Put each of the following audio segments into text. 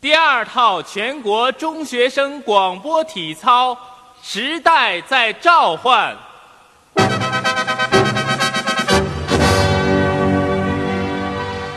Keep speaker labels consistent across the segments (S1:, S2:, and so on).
S1: 第二套全国中学生广播体操《时代在召唤》。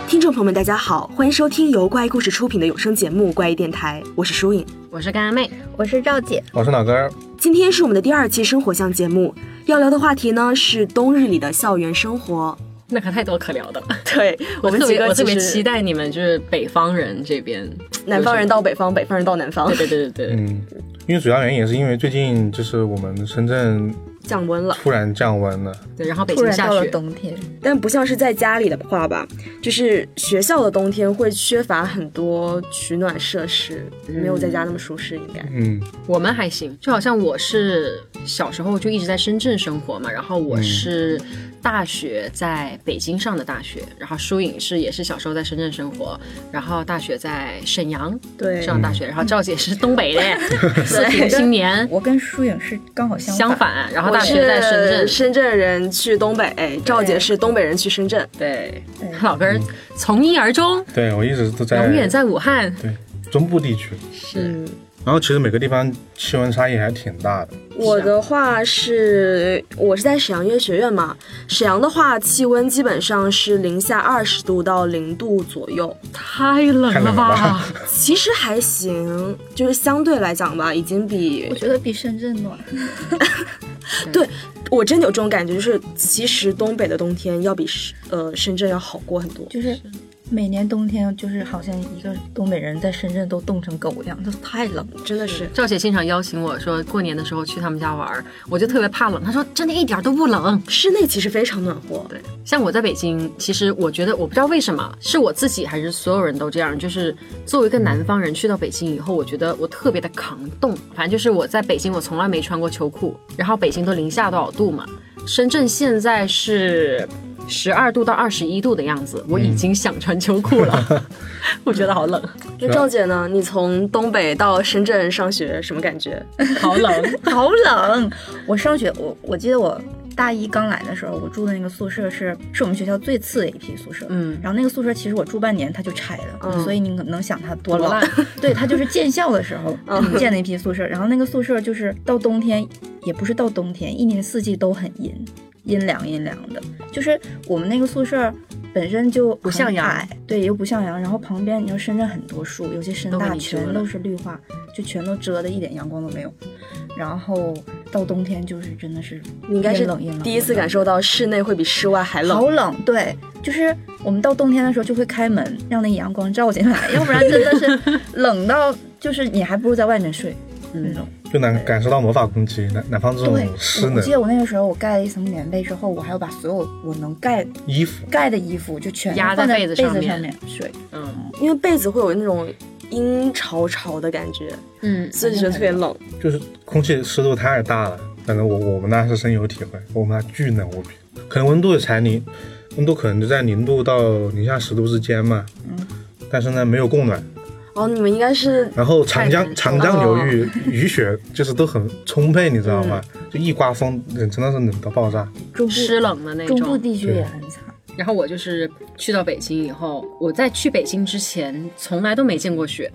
S2: 听众朋友们，大家好，欢迎收听由怪异故事出品的有声节目《怪异电台》，我是舒颖。
S3: 我是干阿妹，
S4: 我是赵姐，
S5: 我是老根儿，
S2: 今天是我们的第二期生活项节目，要聊的话题呢是冬日里的校园生活。
S3: 那可太多可聊的了。
S2: 对
S3: 我
S2: 们
S3: 特
S2: 几
S3: 别
S2: 个
S3: 我特别
S2: 其实
S3: 期待你们就是北方人这边，
S2: 南方人到北方，北方人到南方
S3: 对，对对对对，
S5: 嗯，因为主要原因也是因为最近就是我们深圳
S2: 降温了。
S5: 突然降温了，
S3: 对，然后北
S4: 突
S3: 京
S4: 然
S3: 下
S4: 到了
S3: 雪，
S4: 冬天，
S2: 但不像是在家里的话吧，就是学校的冬天会缺乏很多取暖设施，没有在家那么舒适，应该。
S5: 嗯，
S3: 我们还行，就好像我是小时候就一直在深圳生活嘛，然后我是大学在北京上的大学，然后舒颖是也是小时候在深圳生活，然后大学在沈阳
S2: 对
S3: 上大学，
S4: 嗯
S3: 然后赵姐是东北 的四平青年
S4: 我跟舒颖是刚好相
S3: 相
S4: 反。
S3: 反，然后大学在深
S2: 是。
S3: 圳
S2: 深圳人去东北，赵姐是东北人去深圳。
S3: 对
S4: 对，
S3: 老根儿从一而终，
S5: 对我一直都在
S3: 永远在武汉。
S5: 对中部地区，
S3: 是，
S5: 然后其实每个地方气温差异还挺大的，
S2: 我的话是，我是在沈阳音乐学院嘛。沈阳的话，气温基本上是零下二十度到零度左右，
S3: 太冷
S5: 太
S3: 了
S5: 冷了
S3: 吧
S5: 吧？
S2: 其实还行，就是相对来讲吧，已经比
S4: 我觉得比深圳暖，
S2: 我真的有这种感觉，就是其实东北的冬天要比深呃深圳要好过很多。
S4: 就是每年冬天，就是好像一个东北人在深圳都冻成狗一样，就是太冷了。
S2: 真的是，
S3: 赵姐经常邀请我说过年的时候去他们家玩儿，我就特别怕冷。她说真的一点儿都不冷。
S2: 室内其实非常暖和。
S3: 对，像我在北京，其实我觉得我不知道为什么是我自己还是所有人都这样，就是作为一个南方人去到北京以后，我觉得我特别的抗冻。反正就是我在北京我从来没穿过秋裤，然后北京都零下多少度嘛，深圳现在是。十二度到二十一度的样子，我已经想穿秋裤 了，我觉得好冷，
S2: 那赵姐呢？你从东北到深圳上学什么感觉？
S3: 好冷。
S4: 好冷！我上学，我我记得我大一刚来的时候，我住的那个宿舍是是我们学校最次的一批宿舍。
S3: 嗯
S4: 然后那个宿舍其实我住半年，它就拆了，
S2: 嗯
S4: 所以你可能想它多
S3: 多
S4: 老
S3: 烂。
S4: 对，它就是建校的 时候
S2: 嗯
S4: 建的一批宿舍。然后那个宿舍就是到冬天，也不是到冬天，一年四季都很阴，阴凉阴凉的。就是我们那个宿舍本身就
S3: 不像
S4: 很
S3: 样
S4: 矮，对，又不像阳。然后旁边你知道深圳很多树，有些深
S3: 都给
S4: 大
S3: 你遮
S4: 全
S3: 了
S4: 都是绿化，就全都遮的一点阳光都没有。然后到冬天就是真的是
S2: 你应该
S4: 阴
S2: 是
S4: 冷阴冷，
S2: 第一次感
S4: 受
S2: 受到室内会比室外还冷
S4: 好。冷，对，就是我们到冬天的时候就会开门，让那阳光照进来，要不然真的是冷到就是你还不如在外面睡那种。
S5: 就能感受到魔法攻击，南南方这
S4: 对，
S5: 种湿
S4: 我我
S5: 冷
S4: 记得我那个时候我盖了一层棉被之后，我还要把所有我能盖
S5: 衣服，
S4: 盖的衣服就全
S3: 压在
S4: 放在
S3: 被子
S4: 被
S3: 上
S4: 上
S3: 面
S4: 睡，
S3: 嗯
S2: 因为被子会有那种阴潮潮的感觉，
S3: 嗯，
S2: 所以就觉得特别冷。
S5: 就是空气湿度太大了，反正我我们那是深有体会，我们那巨冷无比，可能温度也才零，温度可能就在零度到零下十度之间嘛，
S4: 嗯
S5: 但是呢没有供暖，
S2: 哦，你们应该是
S5: 然后长江
S3: 太难受
S5: 长
S2: 了
S5: 江流域雨雪就是都很充沛，你知道吗？就一刮风，冷真的是冷到爆炸。
S4: 中
S3: 湿
S4: 部
S3: 冷的那种。
S4: 中部地区
S5: 对
S4: 也很惨。
S3: 然后我就是去到北京以后，我在去北京之前从来都没见过雪，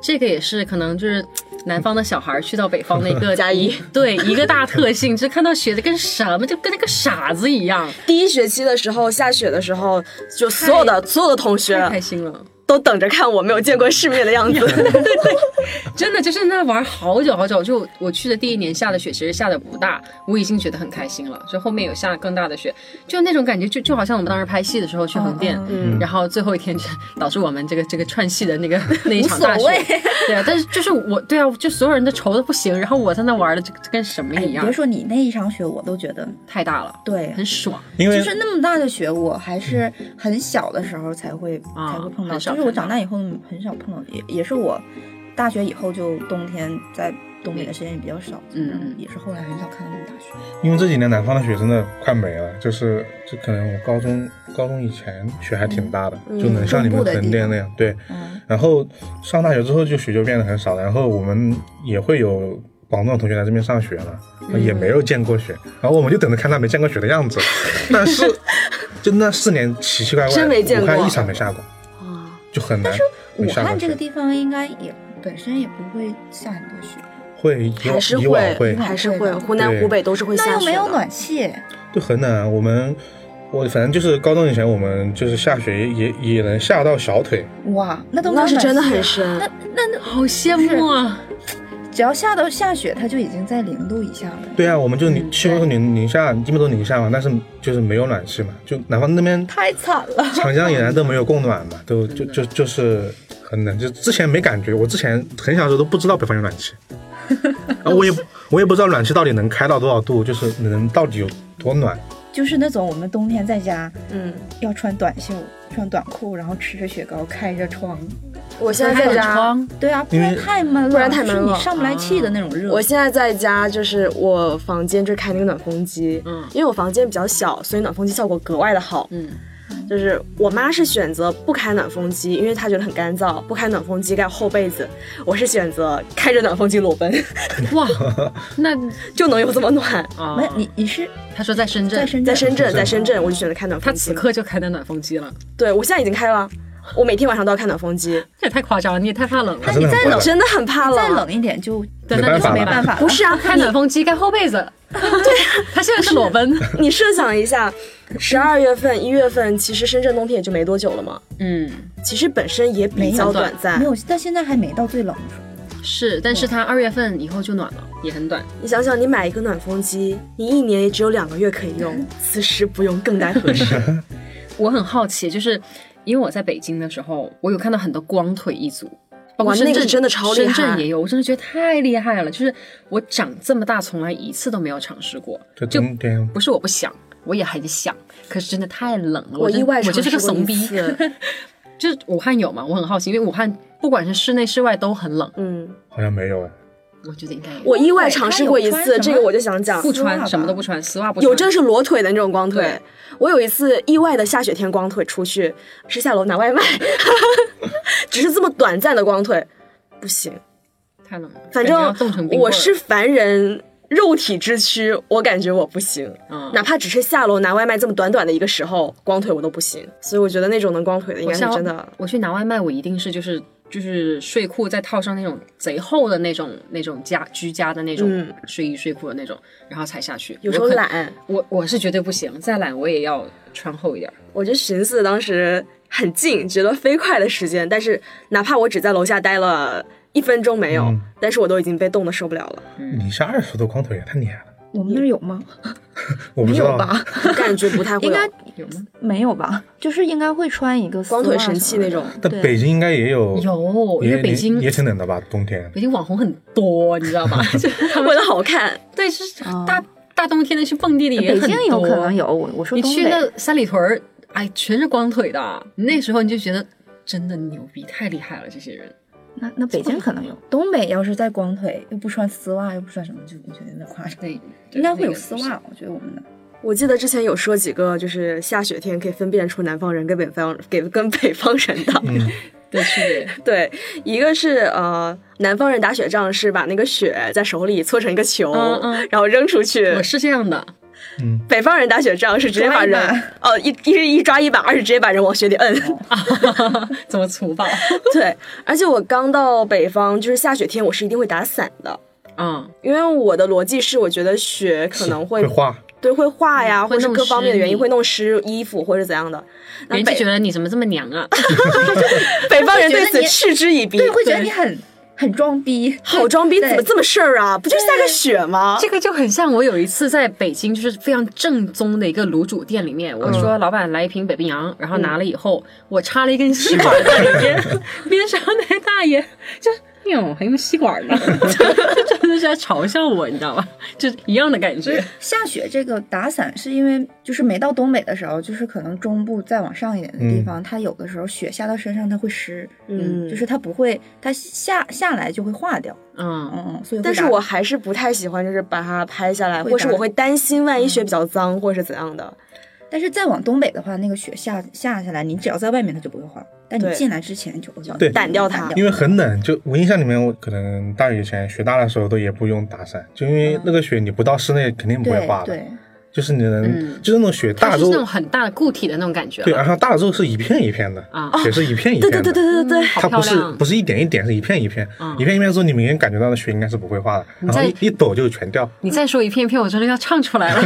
S3: 这个也是可能就是嘖南方的小孩儿去到北方的一 个
S2: 加一，
S3: 对一个大特性，就是看到雪的跟什么就跟那个傻子一样，
S2: 第一学期的时候下雪的时候，就所有的所有的同
S4: 啊
S3: 太
S2: 学
S3: 开心了，
S2: 都等着看我没有见过世面的样子。
S3: 真的就是那玩好久好久。就我去的第一年下的雪，其实下的不大，我已经觉得很开心了。就后面有下更大的雪，就那种感觉就，就好像我们当时拍戏的时候去横店，
S4: 嗯
S2: 嗯，
S4: 嗯
S3: 然后最后一天就导致我们这个这个串戏的那个那一场大雪
S4: 无所谓，
S3: 对啊，但是就是我对啊，就所有人都愁的不行，然后我在那玩的就就跟什么
S4: 哎，
S3: 一样
S4: 别，说你那一场雪，我都觉得
S3: 太大了，
S4: 对，
S3: 很爽，
S5: 因为
S4: 就是那么大的雪，我还是很小的时候才会、
S3: 啊
S4: 才会碰到，
S3: 很少
S4: 就是我
S3: 碰到
S4: 长大以后很少碰到，也也是我大学以后就冬天在东北的时间也比较少，
S3: 嗯
S4: 然后也是后来很少看到那么大雪。
S5: 因为这几年南方的雪真的快没了，就是就可能我高中高中以前雪还挺大的，
S2: 嗯
S5: 就能像你
S4: 中
S5: 们
S4: 部的地
S5: 横店那样。对，
S4: 嗯，
S5: 然后上大学之后就雪就变得很少了，然后我们也会有。广东的同学来这边上学了，也没有见过雪，然后我们就等着看他没见过雪的样子。但是，就那四年奇奇怪怪，
S2: 真没见过
S5: 武汉一场没下过，就很难。会
S4: 武
S5: 下过
S4: 汉这个
S5: 雪，
S4: 地方应该也本身也不会下很多雪，
S5: 会以
S2: 还是
S5: 以往
S2: 会，
S5: 会
S2: 还是会，湖南、
S5: 对
S2: 湖北都是会
S4: 那
S2: 下
S4: 又
S2: 雪
S4: 没有
S2: 的。
S4: 暖气，
S5: 对，很难。啊我们我反正就是高中以前，我们就是下雪也也能下到小腿，
S4: 哇，那都没有
S2: 那是
S4: 暖
S2: 真的
S4: 气
S2: 很深
S4: 那，那那
S3: 好羡慕啊！
S4: 只要下到下雪，它就已经在零度以下了。
S5: 对啊，我们就零气温是零零下，基本都零下嘛，但是就是没有暖气嘛，就南方那边
S4: 太惨了，
S5: 长江以南都没有供暖嘛，都就就就是很冷，就之前没感觉，我之前很小的时候都不知道北方有暖气，啊，我也我也不知道暖气到底能开到多少度，就是能到底有多暖，
S4: 就是那种我们冬天在家
S2: 嗯，
S4: 要穿短袖、穿短裤，然后吃着雪糕，开着窗。
S2: 我现在在
S3: 有
S2: 家，
S3: 窗，
S4: 对啊，不
S5: 因为
S4: 然太闷了，
S2: 不然太闷了
S4: 是你上不来气的那种热。
S2: 我现在在家就是我房间就开那个暖风机，
S3: 嗯
S2: 因为我房间比较小，所以暖风机效果格外的好。
S3: 嗯，
S2: 就是我妈是选择不开暖风机，因为她觉得很干燥，不开暖风机盖厚被子。我是选择开着暖风机裸奔，
S3: 哇，那
S2: 就能有这么 暖。
S3: 啊
S4: 没，你你是
S3: 他说在深圳，
S4: 在深
S2: 在
S4: 圳，
S2: 深圳，在深圳，我就选择开暖
S3: 他
S2: 风机
S3: 此
S2: 嘛。
S3: 刻就开的暖风机了，
S2: 对我现在已经开了，我每天晚上都要开暖风机，
S3: 这也太夸张了，你也太怕冷
S5: 它
S3: 了。
S5: 真的很
S4: 再
S5: 怪
S4: 冷
S5: 的。
S2: 真的很怕
S4: 再
S2: 冷。
S4: 冷一点就
S3: 对，
S5: 没
S3: 那
S5: 办
S3: 就
S5: 法
S3: 没
S5: 了
S3: 办
S4: 办
S3: 法
S4: 法
S3: 了。
S4: 了。
S2: 不是 啊，
S3: 开暖风机盖厚被 子，对啊他现在是裸奔，
S2: 你设想一下，十二月份、一月份，其实深圳冬天也就没多久了嘛，
S3: 嗯，
S2: 其实本身也比较短暂
S4: 没。有，但现在还没到最冷处。
S3: 是，但是他二月份以后就暖了，也很短。
S2: 你想想，你买一个暖风机，你一年也只有两个月可以用，此时不用更待何时？
S3: 我很好奇，就是因为我在北京的时候，我有看到很多光腿一族，包括
S2: 哇
S3: 深圳
S2: 那个真的超厉害
S3: 深圳也有，我真的觉得太厉害了。就是我长这么大，从来一次都没有尝试过，
S5: 就冬天
S3: 不是我不想，我也很想，可是真的太冷 了，
S2: 我
S3: 真
S2: 意外
S3: 我
S2: 尝
S3: 就是个
S2: 试过
S3: 怂
S2: 一
S3: 逼。
S2: 次，
S3: 就是武汉有吗？我很好奇，因为武汉不管是室内室外都很冷，
S2: 嗯，
S5: 好像没有哎，
S3: 我觉得应该有
S2: 我意外尝试过一
S4: 它有
S2: 次，
S4: 穿什么
S2: 这个我就想讲
S3: 不，
S4: 丝袜
S3: 穿
S4: 吧
S3: 什么都不穿，丝袜不穿，
S2: 有真的是裸腿的那种光腿
S3: 对。
S2: 我有一次意外的下雪天光腿出去，是下楼拿外卖， 只是这么短暂的光腿，不行。
S3: 太冷了，
S2: 反
S3: 感觉要
S2: 正
S3: 冻成冰
S2: 我
S3: 棍儿
S2: 是凡人肉体之躯，我感觉我不行。
S3: 嗯
S2: 哪怕只是下楼拿外卖这么短短的一个时候，光腿我都不行。所以我觉得那种能光腿的，应
S3: 我
S2: 该是
S3: 像
S2: 真的。
S3: 我去拿外卖，我一定是就是就是睡裤再套上那种贼厚的那种那种家居家的那种
S2: 嗯
S3: 睡衣睡裤的那种，然后才下去。
S2: 有时候
S3: 我可，
S2: 懒，
S3: 我我是绝对不行，再懒我也要穿厚一点儿。
S2: 我就寻思当时很近，觉得飞快的时间，但是哪怕我只在楼下待了一分钟没有，
S5: 嗯
S2: 但是我都已经被冻得受不了了，
S5: 零下二十多光腿也太厉害了，
S4: 我们那儿有吗？
S5: 我不
S4: 没
S5: 知
S4: 有
S5: 道
S4: 吧？
S2: 感觉不太会
S4: 应
S2: 有
S4: 该
S3: 有吗？
S4: 没有吧？就是应该会穿一个丝袜
S2: 光腿神器
S4: 什么
S2: 那
S4: 的
S2: 种。
S5: 但
S4: 对
S5: 北京应该也有，
S3: 有，哦因
S5: 也
S3: 为北
S5: 也
S3: 京
S5: 也挺冷的吧？冬天
S3: 北京网红很多，你知道 吧？就是他们
S2: 为了好看，
S3: 对，就是
S4: 哦
S3: 大大冬天的去蹦迪的也
S4: 北
S3: 很多。
S4: 京有可能有，我我说
S3: 你
S4: 东
S3: 去
S4: 北
S3: 那三里屯儿，哎，全是光腿的。你那时候你就觉得真的牛逼，太厉害了，这些人。
S4: 那那北京可能有，东北要是再光腿又不穿丝袜又不穿什么，就我觉得有点夸张。
S3: 对，
S4: 应该会有
S3: 那个
S4: 丝袜，我觉得我们那儿
S2: 我记得之前有说几个，就是下雪天可以分辨出南方人跟北方给跟北方人的。
S3: 的区别。
S2: 对，一个是呃，南方人打雪仗是把那个雪在手里搓成一个球，
S3: 嗯嗯
S2: 然后扔出去
S3: 我；是这样的，
S5: 嗯
S2: 北方人打雪仗是直接把人
S4: 抓一
S2: 哦一一一抓一把，而是直接把人往雪里摁。
S3: 怎么粗暴？
S2: 对，而且我刚到北方，就是下雪天，我是一定会打伞的。
S3: 嗯，
S2: 因为我的逻辑是，我觉得雪可能会
S5: 会化，
S2: 对会化呀，
S3: 会
S2: 或是
S3: 弄
S2: 各方面的
S3: 湿
S2: 原因
S3: 你
S2: 会弄湿衣服或者怎样的。那
S3: 人家
S2: 北
S3: 觉得你怎么这么娘啊？
S2: 北方人
S4: 会觉
S2: 对
S4: 得
S2: 此
S4: 你
S2: 嗤之以鼻，
S4: 对，会觉得你很很装逼，
S2: 好装逼，
S4: 对
S2: 怎么这么事儿啊？不就下个雪吗？
S3: 这个就很像我有一次在北京，就是非常正宗的一个卤煮店里面，我说老板来一瓶北冰洋，然后拿了以后，我插了一根吸管在里面，边上那大爷就是。哎呦，还用吸管呢？ 就真的是在嘲笑我，你知道吧？就是一样的感觉。
S4: 下雪这个打伞是因为就是没到东北的时候，就是可能中部再往上一点的
S5: 嗯
S4: 地方，它有的时候雪下到身上它会湿，
S2: 嗯
S4: 就是它不会，它下下来就会化掉，
S3: 嗯，
S4: 嗯嗯，所以会
S2: 但是
S4: 打
S2: 我还是不太喜欢，就是把它拍下来，
S4: 会
S2: 或是
S4: 打
S2: 我会担心万一雪比较脏，或是怎样的。
S4: 但是再往东北的话，那个雪下下下来，你只要在外面它就不会化，但你
S2: 对
S4: 进来之前就会化，
S5: 对
S2: 掸掉它
S5: 因为很冷。就我印象里面，我可能大雨以前雪大的时候都也不用打伞，就因为那个雪你不到室内肯定不会化
S4: 对
S5: 的。
S4: 对，
S5: 就是你能、就是那种雪
S3: 它
S5: 大
S3: 就是
S5: 之后
S3: 那，种很大的固体的那种感觉
S5: 对，
S3: 了，
S5: 然后大了之后是一片一片的，
S3: 啊
S5: 雪是一片一
S2: 对
S5: 片
S2: 对
S5: 的，
S2: 对对对对对，
S3: 好
S5: 它
S3: 漂
S5: 不是
S3: 亮。
S5: 不是一点一点，是一片一片，一片一片之后，你明显感觉到的雪应该是不会化的，然后
S3: 在
S5: 一一抖就全掉。
S3: 你再说一片一片，我真的要唱出来了。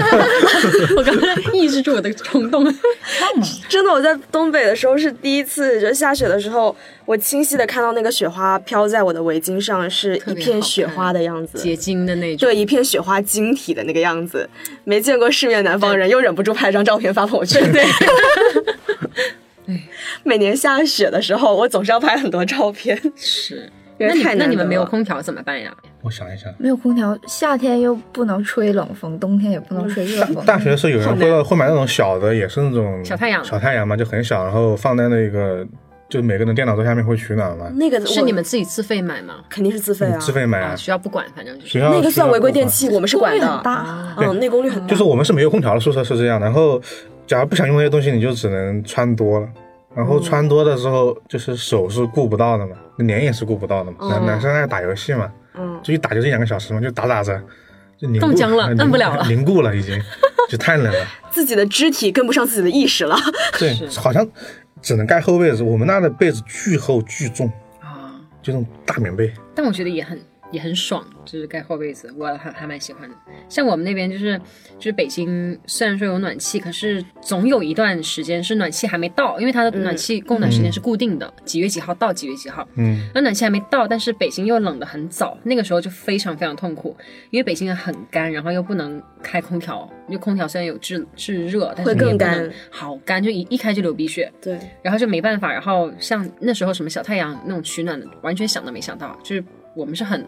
S3: 我刚才抑制住我的冲动。
S4: 看嘛，
S2: 真的，我在东北的时候是第一次，就是下雪的时候，我清晰的看到那个雪花飘在我的围巾上，是
S3: 特
S2: 一
S3: 别好看
S2: 片雪花的样子。
S3: 结晶的那种。
S2: 对，一片雪花晶体的那个样子，没见过世面的南方人，又忍不住拍张照片发朋友圈。对， 每年下雪的时候，我总是要拍很多照片，
S3: 是。
S2: 因
S3: 那
S2: 为
S3: 你
S2: 太难
S3: 那你
S2: 得
S3: 们没有
S2: 了
S3: 空调怎么办呀？
S5: 我想一想，
S4: 没有空调，夏天又不能吹冷风，冬天也不能吹热
S5: 大
S4: 风。
S5: 嗯大学的时候有人会会买那种小的，也是那种
S3: 小太阳
S5: 小太阳嘛，就很小，然后放在那个就每个人电脑桌下面会取暖嘛，
S2: 那个我
S3: 是你们自己自费买吗？
S2: 肯定是自费啊，
S5: 自费啊买
S3: 啊，
S5: 啊。
S3: 学校不管，反正就是
S5: 学校
S2: 那个
S5: 学校
S2: 算违规
S5: 不管
S2: 电器，我们是管
S4: 功率
S2: 的
S4: 很。大，
S3: 啊，
S2: 嗯，内功率很大。
S5: 就是我们是没有空调的，宿舍是这样。然后，假如不想用那些东西，你就只能穿多了。然
S2: 嗯
S5: 后穿多的时候，就是手是顾不到的嘛，脸也是顾不到的
S3: 嗯
S5: 嘛。男、男生爱打游戏嘛，
S2: 嗯
S5: 就一打就是一两个小时嘛，就打打着，就凝固啊
S3: 冻僵了
S5: 凝
S3: 摁不了了
S5: 凝固了已经，就太冷了。
S2: 自己的肢体跟不上自己的意识了，
S5: 对，好像只能盖厚被子。我们那的被子巨厚巨重，
S3: 啊
S5: 就那种大棉被。
S3: 但我觉得也很也很爽，就是盖厚被子，我还还蛮喜欢的。像我们那边就是就是北京，虽然说有暖气，可是总有一段时间是暖气还没到，因为它的
S2: 嗯
S3: 暖气供暖时间是固定的，几月几号到几月几号。
S5: 嗯，
S3: 那暖气还没到，但是北京又冷得很早，那个时候就非常非常痛苦，因为北京很干，然后又不能开空调，因为空调虽然有制制热，但
S2: 会
S3: 是你也
S2: 更
S3: 不能
S2: 干
S3: 好干，就一一开就流鼻血。
S2: 对，
S3: 然后就没办法，然后像那时候什么小太阳那种取暖的，完全想都没想到，就是我们是很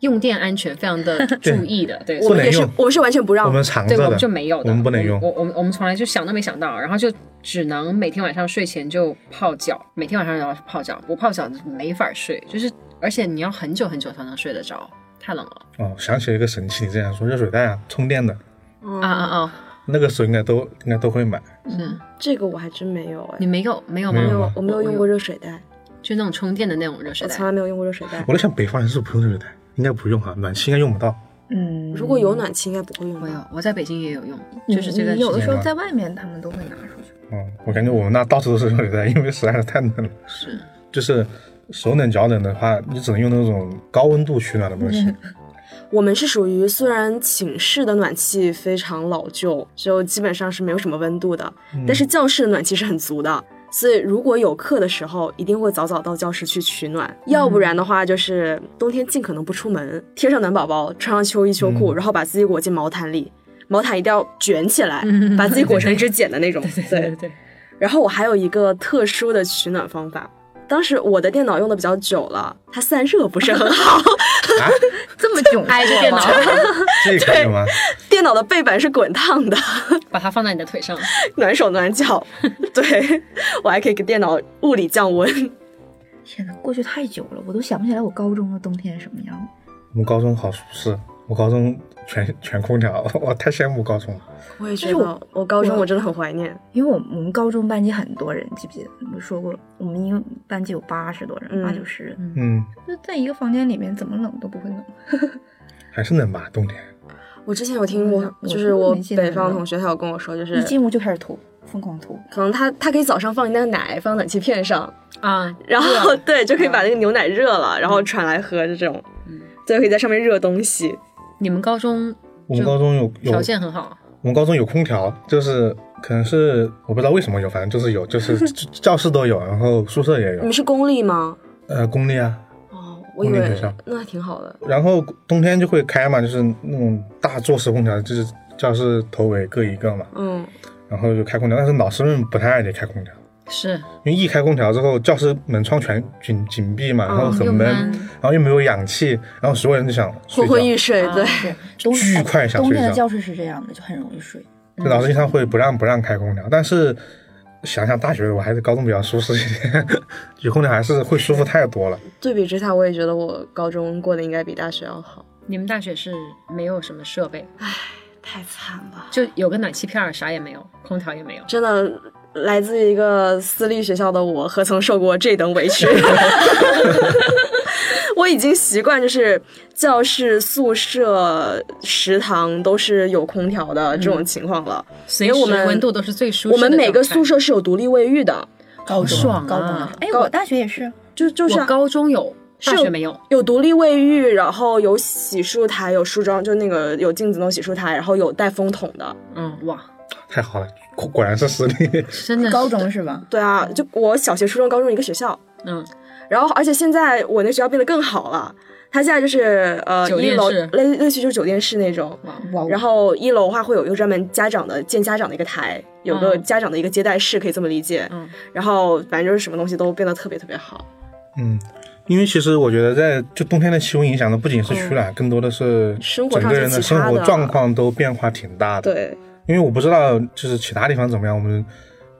S3: 用电安全非常 的注意的，对，
S2: 我
S5: 不
S2: 们
S5: 能
S2: 也是
S5: 用，
S2: 我们是完全不让
S5: 我们藏
S3: 对
S5: 着
S3: 我们
S5: 的，
S3: 就没有的，
S5: 我们不能用
S3: 我我们我们从来就想都没想到，然后就只能每天晚上睡前就泡脚，每天晚上要泡脚，不泡脚没法睡，就是而且你要很久很久才能睡得着，太冷了
S5: 哦，想起了一个神奇，你这样说热水袋啊，充电的
S2: 嗯
S3: 啊啊啊！
S5: 那个时候应该都应该都会买。
S3: 嗯
S2: 这个我还真没有哎
S3: 你，没有没有吗？
S5: 没
S2: 没
S5: 有
S2: 有
S5: 吗，
S2: 我没有用过热水袋，
S3: 就那种充电的那种热水
S2: 我
S3: 袋
S2: 从，来没有用过热水袋。
S5: 我在想，北方人是不用热水袋，应该不用哈，暖气应该用不到。
S4: 嗯，
S2: 如果有暖气，应该不会用
S3: 我有
S2: 吧？，
S3: 我在北京也有用，
S4: 你
S3: 就是这段
S4: 嗯
S3: 时
S4: 你有的
S3: 间
S4: 时候在外面，他们都会拿出去。
S5: 嗯，我感觉我们那到处都是热水袋，因为实在是太冷了。
S3: 是。
S5: 就是手冷脚冷的话，你只能用那种高温度取暖的东西。
S3: 嗯
S2: 我们是属于虽然寝室的暖气非常老旧，就基本上是没有什么温度的，但是教室的暖气是很足的。所以如果有课的时候，一定会早早到教室去取暖，要不然的话就是冬天尽可能不出门，贴上暖宝宝，穿上秋衣秋裤，然后把自己裹进毛毯里，毛毯一定要卷起 来，把自己裹成一只茧的那种。对
S3: 对对，
S2: 然后我还有一个特殊的取暖方法。当时我的电脑用的比较久了，它散热不是很 好，
S5: 啊，
S4: 这么窘挨着
S3: 电脑
S5: 这个可以 吗？
S2: 电脑的背板是滚烫的，
S3: 把它放在你的腿上，
S2: 暖手暖 脚。对我还可以给电脑物理降温。
S4: 天哪，过去太久了，我都想不起来我高中的冬天是什么样。
S5: 我们高中好舒适，我高中全全空调，我太羡慕高中了。
S2: 我也
S4: 觉得，
S2: 我高中
S4: 我
S2: 我真的很怀念。
S4: 因为我我们高中班级很多人，记不记得我说过，我们一个班级有八十多人，
S2: 嗯
S4: 八九十人，
S5: 嗯，
S4: 就在一个房间里面，怎么冷都不会冷。
S5: 还是冷吧，冬天。
S2: 我之前有听过
S4: 我，我
S2: 就是嗯我
S4: 没记得
S2: 北方
S4: 了
S2: 同学他有跟我说，就
S4: 一
S2: 是
S4: 进屋就开始吐，疯狂吐。
S2: 可能他他可以早上放一袋奶放暖气片上，
S3: 啊，
S2: 然后 对就可以把
S3: 嗯
S2: 那个牛奶热了，然后传来喝，就这种
S3: 嗯。
S2: 对，可以在上面热东西。
S3: 你们高中
S5: 我们高中有有
S3: 条件很好，
S5: 我们高中有空调，就是可能是我不知道为什么有，反正就是有，就是 教教室都有，然后宿舍也
S2: 你们
S5: 有，
S2: 是公立吗？
S5: 呃，公立啊。
S2: 哦，我以
S5: 公立
S2: 为
S5: 学校
S2: 那还挺好的。
S5: 然后冬天就会开嘛，就是那种大坐式空调，就是教室头尾各一个嘛，
S2: 嗯，
S5: 然后就开空调。但是老师们不太爱你开空调，
S3: 是
S5: 因为一开空调之后，教室门窗全紧紧闭嘛，然后啊很
S3: 又
S5: 闷，
S3: 闷
S5: 然后又没有氧气，然后所有人就想睡
S2: 昏昏欲
S5: 觉。
S2: 睡，对，
S4: 是冬
S5: 巨
S4: 哎
S5: 快想
S4: 冬天
S5: 睡
S4: 的
S5: 觉
S4: 教室是这样的，就很容易睡。
S5: 就老师经常会
S2: 嗯
S5: 不让不让开空调，但是想想大学我还是高中比较舒适一点，有空调还是会舒服太多了。
S2: 对比之下，我也觉得我高中过得应该比大学要好。
S3: 你们大学是没有什么设备，
S2: 太惨了，
S3: 就有个暖气片儿，啥也没有，空调也没有。
S2: 真的。来自于一 个私立学校的我，何曾受过这等委屈？我已经习惯，就是教室、宿舍、食堂都是有空调的这种情况了。
S3: 随
S2: 因为我
S3: 时
S2: 们
S3: 温度都是嗯最舒适的
S2: 我们每个
S3: 状态
S2: 宿舍是有独立卫浴的，
S4: 高中
S3: 爽啊
S4: 高中的时候，哎，
S2: 高
S4: 我大学也是，
S2: 就就是
S3: 我高中有，
S2: 是
S3: 大学没有。
S2: 有独立卫浴，然后有洗漱台，有梳妆，就那个有镜子那种洗漱台，然后有带风筒的。
S3: 嗯，哇，
S5: 太好了，果果然是实力。
S3: 真的
S4: 高中是吧？
S2: 对啊，就我小学、初中、高中一个学校，
S3: 嗯，
S2: 然后而且现在我那学校变得更好了，它现在就是呃
S3: 酒
S2: 一
S3: 店
S2: 楼
S3: 式
S2: 类类似就是酒店式那种，
S4: 哇哦，
S2: 然后一楼的话会有一个专门家长的见家长的一个台，有个
S3: 嗯
S2: 家长的一个接待室，可以这么理解。
S3: 嗯，
S2: 然后反正就是什么东西都变得特别特别好。
S5: 嗯，因为其实我觉得在就冬天的气温影响的不仅是取暖，更多的是
S2: 嗯生活
S5: 整
S2: 上
S5: 个人的
S2: 是其他
S5: 生
S2: 的
S5: 活状况都变化挺大的。，
S2: 对，
S5: 因为我不知道就是其他地方怎么样，我们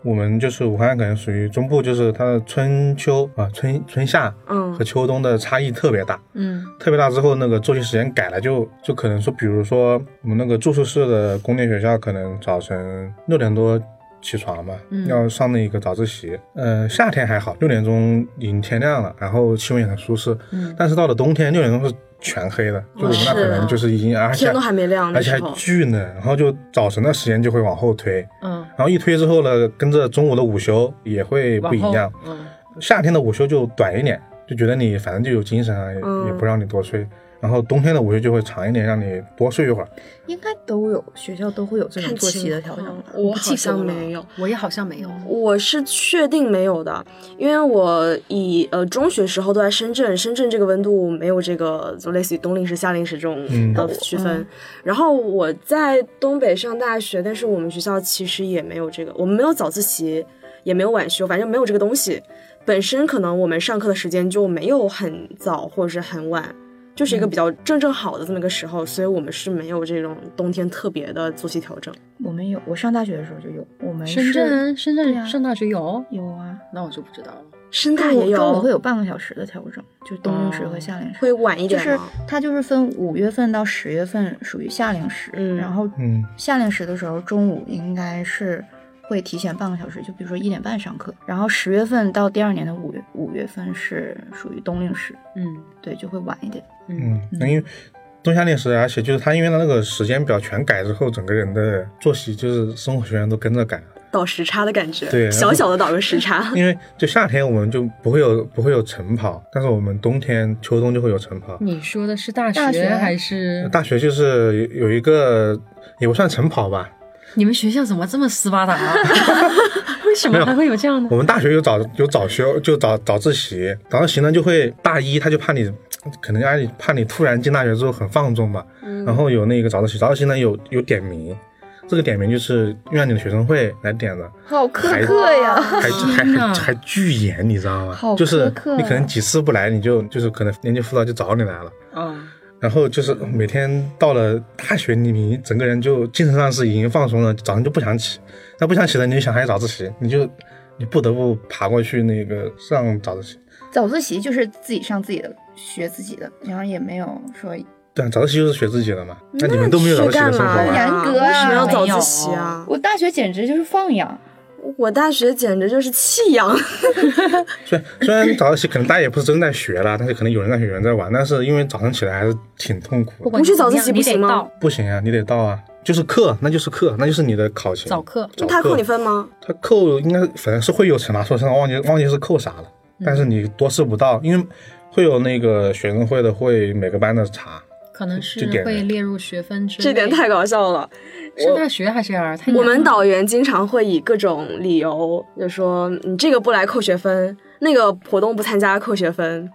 S5: 我们就是武汉可能属于中部，就是它的春秋啊、春春夏
S2: 嗯
S5: 和秋冬的差异特别大。
S3: 嗯，
S5: 特别大之后，那个作息时间改了就，就可能说，比如说我们那个住宿舍的公立学校，可能早晨六点多起床嘛，
S2: 嗯
S5: 要上那个早自习。呃，夏天还好，六点钟已经天亮了，然后气温也很舒适。嗯，但是到了冬天，六点钟是全黑的，就我们那可能就是已经而且
S2: 哦啊天都还没亮的
S5: 而且
S2: 时
S5: 还
S2: 候，
S5: 巨冷，然后就早晨的时间就会往后推，
S3: 嗯，
S5: 然后一推之后呢，跟着中午的午休也会不
S3: 往
S5: 一
S3: 后
S5: 样。
S3: 嗯，
S5: 夏天的午休就短一点，就觉得你反正就有精神啊，也、
S2: 嗯
S5: 也不让你多睡。然后冬天的午休就会长一点，让你多睡一会儿。
S4: 应该都有学校都会有这种
S2: 看
S4: 作息
S2: 情
S4: 的调整
S2: 况
S4: 吧？
S2: 我
S3: 不
S2: 好
S3: 记得
S2: 像
S3: 了
S2: 没有。
S3: 我也好像没有。
S2: 我是确定没有的，因为我以呃中学时候都在深圳，深圳这个温度没有这个就类似于冬令时、夏令时这种
S5: 嗯
S2: 的区分。然后我在东北上大学，但是我们学校其实也没有这个，我们没有早自习，也没有晚修，反正没有这个东西。本身可能我们上课的时间就没有很早或者是很晚，就是一个比较正正好的这么一个时候，所以我们是没有这种冬天特别的作息调整。
S4: 我们有，我上大学的时候就有，我们
S3: 深
S4: 是
S3: 圳，深
S4: 对
S3: 圳
S4: 啊
S3: 上大学有，
S4: 有啊，
S3: 那我就不知道了。
S2: 深大
S4: 中午
S2: 也有，
S4: 中午会有半个小时的调整，就是冬令时和夏令时。
S2: 哦会晚一
S4: 就
S2: 点吗？啊
S4: 是它就是分五月份到十月份属于夏令时，
S2: 嗯
S4: 然后
S5: 嗯
S4: 夏令时的时候中午应该是会提前半个小时，就比如说一点半上课，然后十月份到第二年的五月五月份是属于冬令时，
S3: 嗯
S4: 对，就会晚一点。
S5: 嗯，因为冬夏令时，而且就是它因为它那个时间表全改之后，整个人的作息就是生活学院都跟着改了。
S2: 倒时差的感觉，
S5: 对然后
S2: 小小的倒个时 差，
S5: 因为就夏天我们就不会有不会有晨跑，但是我们冬天秋冬就会有晨跑。
S3: 你说的是大
S4: 大学
S3: 还
S4: 嗯
S3: 是？
S5: 大学就是有有一个也不算晨跑吧，
S3: 你们学校怎么这么斯巴 达啊？为什么还会有这样的
S5: 我？们大学有早有早休，就早早自习，早自习呢就会大一他就怕你，可能哎怕你突然进大学之后很放纵吧，
S4: 嗯
S5: 然后有那个早自习，早自习呢有有点名，这个点名就是院里的学生会来点的，
S4: 好
S5: 苛
S4: 苛
S5: 刻
S4: 刻呀！
S5: 还还
S3: 天哪
S5: 还还巨严，你知道吗？
S4: 啊好
S5: 就是
S4: 苛刻啊
S5: 你可能几次不来，你就就是可能年级辅导就找你来了。
S2: 哦
S3: 嗯，
S5: 然后就是每天到了大学，你你整个人就精神上是已经放松了，早上就不想起。那不想起了，你就想还早自习，你就你不得不爬过去那个上早自习。
S4: 早自习就是自己上自己的，学自己的，然后也没有说
S5: 对，啊早自习就是学自己的嘛。那你们都没有早自习的
S2: 去
S5: 生
S2: 干
S5: 活
S2: 嘛
S5: 吧？
S4: 呀
S2: 呀？
S4: 严格啊
S2: 为什么要早自习啊？
S4: 我大学简直就是放养，
S2: 我大学简直就是弃养，
S5: 虽然虽然早自习可能大家也不是真在学啦，但是可能有人在学，有人在玩。但是因为早上起来还是挺痛苦的。
S2: 不去早自习不行吗？
S5: 不行啊，你得到啊，就是课，那就是课，那就是你的考勤。
S3: 早课，
S5: 早
S2: 他扣你分吗？
S5: 他扣应该反正是会有惩罚措施，忘记忘记是扣啥了，
S3: 嗯
S5: 但是你多次不到，因为会有那个学生会的会每个班的查，
S3: 可能
S5: 这点
S3: 是会列入学分之内。
S2: 这点太搞笑了。
S3: 上大学还是有点太严
S2: 我们
S3: 了
S2: 导员经常会以各种理由，就说你这个不来扣学分，那个活动不参加扣学分。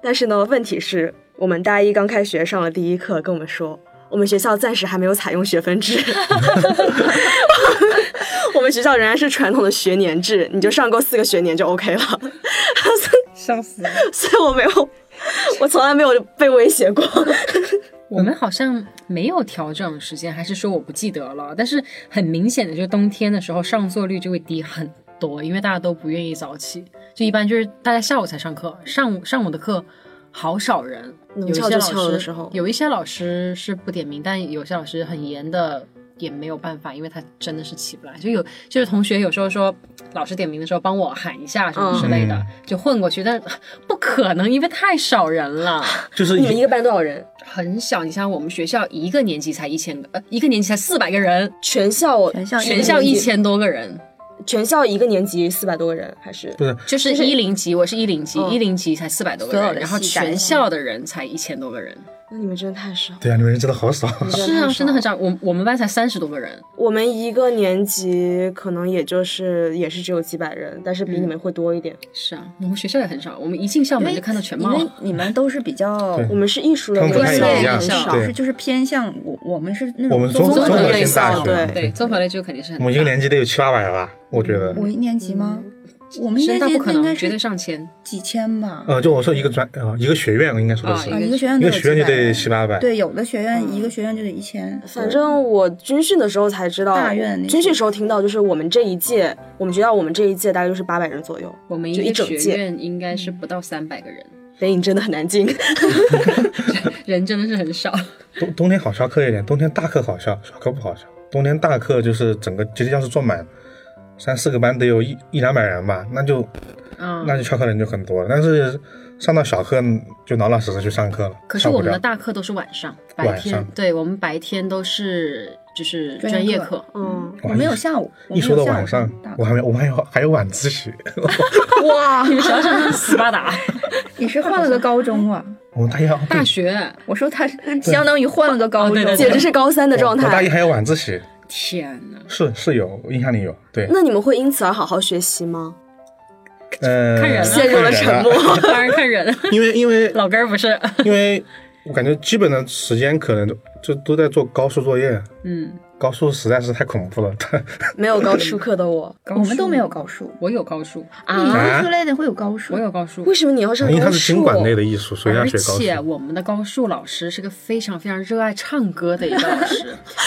S2: 但是呢，问题是我们大一刚开学上了第一课，跟我们说我们学校暂时还没有采用学分 制，我们学校仍然是传统的学年制，你就上够四个学年就 OK 了。
S3: 笑死了。
S2: 所以我没有，我从来没有被威胁过。
S3: 我们好像没有调整时间，还是说我不记得了？但是很明显的，就是冬天的时候上座率就会低很多，因为大家都不愿意早起，就一般就是大家下午才上课，上午上午的课好少人，
S2: 能
S3: 有
S2: 嗯
S3: 一
S2: 翘
S3: 些
S2: 就
S3: 老
S2: 翘
S3: 师
S2: 的时候
S3: 有一些老师是不点名，但有些老师很严的也没有办法，因为它真的是起不来。就有就是同学有时候说，老师点名的时候帮我喊一下什么之类的，
S5: 嗯
S3: 就混过去，但不可能，因为太少 人了，
S5: 就是
S2: 你们
S5: 一
S2: 一个班多少人？
S3: 很小。你像我们学校一个年级才一千个，呃，一个年级才四百个人，
S2: 全校
S4: 全校
S3: 全校一千多个人，
S2: 全校一个年级四百多个人，还是
S5: 不是
S3: 就是一零级，我是一零级，一零、级才四百多个
S2: 所有
S3: 人，
S2: 的
S3: 然后
S2: 系带
S3: 全校的人才一千多个人，
S2: 那你们真的太少。
S5: 对啊，你们人真的好少，
S2: 你们
S3: 是
S2: 太
S3: 啊，
S2: 少
S3: 真的很少。我我们班才三十多个人，
S2: 我们一个年级可能也就是也是只有几百人，但是比你们会多一点。
S5: 嗯
S3: 是啊，我们学校也很少，我们一进校
S4: 因
S3: 门
S4: 为
S3: 就看到全
S4: 因
S3: 貌。
S4: 为你们都是比较
S5: 对
S2: 我们是艺术类
S5: 他们
S2: 的，
S5: 不太
S2: 对
S5: 一样
S2: 很少
S5: 对
S4: 是就是偏向我我们是那种
S5: 我们
S4: 综
S5: 综
S3: 合
S5: 合
S3: 类
S5: 性大
S2: 校
S5: 学，
S2: 对
S3: 对，综合类就肯定是很
S5: 我们一个年级得有七八百了吧，我觉得。
S4: 我一年级吗？我们一
S3: 是
S4: 年
S3: 那
S4: 级
S3: 不可
S4: 应该
S3: 能，绝
S4: 是
S3: 对上千。
S4: 几千吧。
S5: 呃，就我说一个专呃一个学院，应该说的是
S3: 啊
S4: 啊，一个学院
S5: 一
S4: 都
S5: 个
S4: 有
S5: 学院就
S4: 700
S5: 得
S4: 人
S5: 七八百。
S4: 对，有的学院一个学院就得一千，
S2: 反正我军训的时候才知道，
S4: 大院那种
S2: 军训时候听到就是我们这一届，我们学校我们这一届大概就是八百人左右。
S3: 我们
S2: 就
S3: 一
S2: 一
S3: 个
S2: 整
S3: 学
S2: 届
S3: 院应该是不到三百个人，
S2: 北影真的很难 进，
S3: 人真的是很少。
S5: 冬冬天好翘课一点，冬天大课好翘，小课不好翘。冬天大课就是整个其实要是坐满三四个班，得有一一两百人吧，那就
S3: 嗯，
S5: 那就翘课的人就很多了。但是上到小课就老老实实去上课了，
S3: 可是
S5: 翘不
S3: 我们
S5: 掉
S3: 的大课都是晚上，白
S5: 晚
S3: 天
S5: 上
S3: 对我们白天都是就是
S4: 专
S3: 专
S4: 业
S3: 业
S4: 课
S3: 课，
S2: 嗯，
S4: 我
S5: 哇
S4: 们有
S5: 一
S4: 下午，我
S5: 一
S4: 们
S5: 说到
S4: 有下午
S5: 晚上
S4: 大，
S5: 我还没我还有还有晚自习。
S4: 哇，
S3: 你们想想斯巴达
S4: 你是换了个高中啊？
S5: 我们大一
S3: 大学，
S4: 我说他是相当于换了个高中，啊
S2: 简直是高三的
S5: 我
S2: 状
S5: 我大一
S2: 态。
S5: 还有晚自习，
S3: 天哪！
S5: 是是有我印象里有对。
S2: 那你们会因此而好好学习吗？
S5: 呃，
S3: 看人啊
S2: 陷入 了沉默。
S3: 当然看人，
S5: 因为因为
S3: 老根儿不是，
S5: 因为我感觉基本的时间可能就都在做高数作业，
S3: 嗯，
S5: 高数实在是太恐怖了。
S2: 没有高数课的我，
S4: 我们都没有，高数，
S3: 我有高数，
S4: 你
S2: 啊，
S4: 们数类的会有高数
S3: 我，有高数
S2: 为。什么你要上
S5: 因为它
S2: 高
S5: 是
S2: 数？
S5: 经管类的艺术，所以要
S3: 而
S5: 学高
S3: 且
S5: 数。
S3: 我们的高数老师是个非常非常热爱唱歌的一个老 师，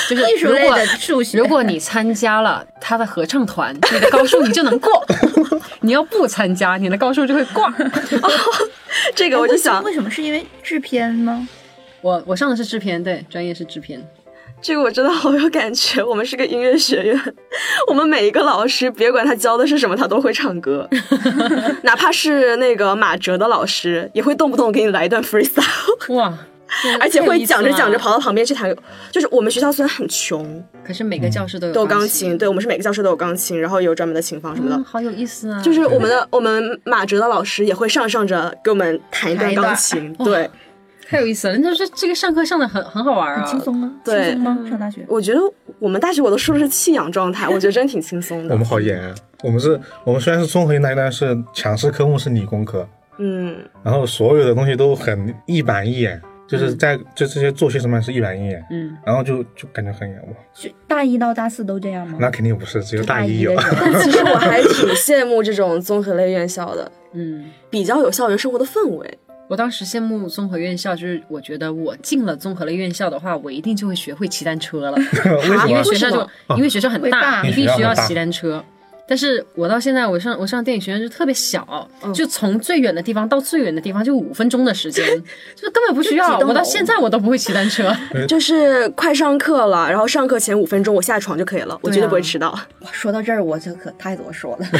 S3: 就是
S4: 艺术
S3: 如
S4: 类
S3: 果
S4: 的数学
S3: 如果你参加了他的合唱团，你的高数你就能 过；你要不参加，你的高数就会挂。
S2: 这个我就想，
S4: 为什么是因为制片吗？
S3: 我我上的是制片，对，专业是制片。
S2: 这个我真的好有感觉。我们是个音乐学院，我们每一个老师，别管他教的是什么，他都会唱歌， 哪怕是那个马哲的老师，也会动不动给你来一段 freestyle，
S3: 哇，
S2: 而且会讲着讲着
S3: 跑。
S2: 跑到旁边去弹。就是我们学校虽然很穷，
S3: 可是每个教室都有
S2: 都有钢
S3: 琴
S2: 琴，，
S4: 嗯
S2: 对我们是每个教室都有钢琴，然后有专门的琴房什么的。
S3: 嗯，好有意思啊！
S2: 就是我们的我们马哲的老师也会上上着给我们弹一
S4: 弹
S2: 段
S4: 一段
S2: 钢琴，
S3: 哇
S2: 对。
S3: 太有意思了。那这这个上课上的很很好玩啊，
S4: 很轻松啊，轻
S2: 对
S4: 松吗？上大学
S2: 我觉得我们大学我都说的是弃养状态，我觉得真挺轻松
S5: 我
S2: 的
S5: 们。好严啊！我们是，我们虽然是综合性大学，但是强势科目是理工科，
S2: 嗯，
S5: 然后所有的东西都很一板一眼，就是在就这些做些什么是一板一眼，
S3: 嗯，
S5: 然后就就感觉很严。哇，
S4: 就大一到大四都这样吗？
S5: 那肯定不是，只有大一有
S4: 的。时候
S2: 其实我还挺羡慕这种综合类院校的，
S3: 嗯。
S2: 比较有校园生活的氛围。
S3: 我当时羡慕综合院校，就是我觉得我进了综合类院校的话，我一定就会学会骑单 车了，
S5: 为什
S3: 因
S5: 么
S3: 为？学校
S2: 为什
S3: 就因为学校很
S4: 会
S3: 大，
S4: 大
S3: 你必须要骑
S5: 学校很大
S3: 单车。但是我到现在，我上我上电影学院就特别小，就从最远的地方到最远的地方就五分钟的 时间，就根本不需
S4: 就
S3: 要。
S4: 几栋
S3: 我到
S4: 楼
S3: 现在我都不会骑单车，
S2: 就是快上课了，然后上课前五分钟我下床就可以了，我绝对不会迟到。
S4: 哇说到这儿，我这可太多说了。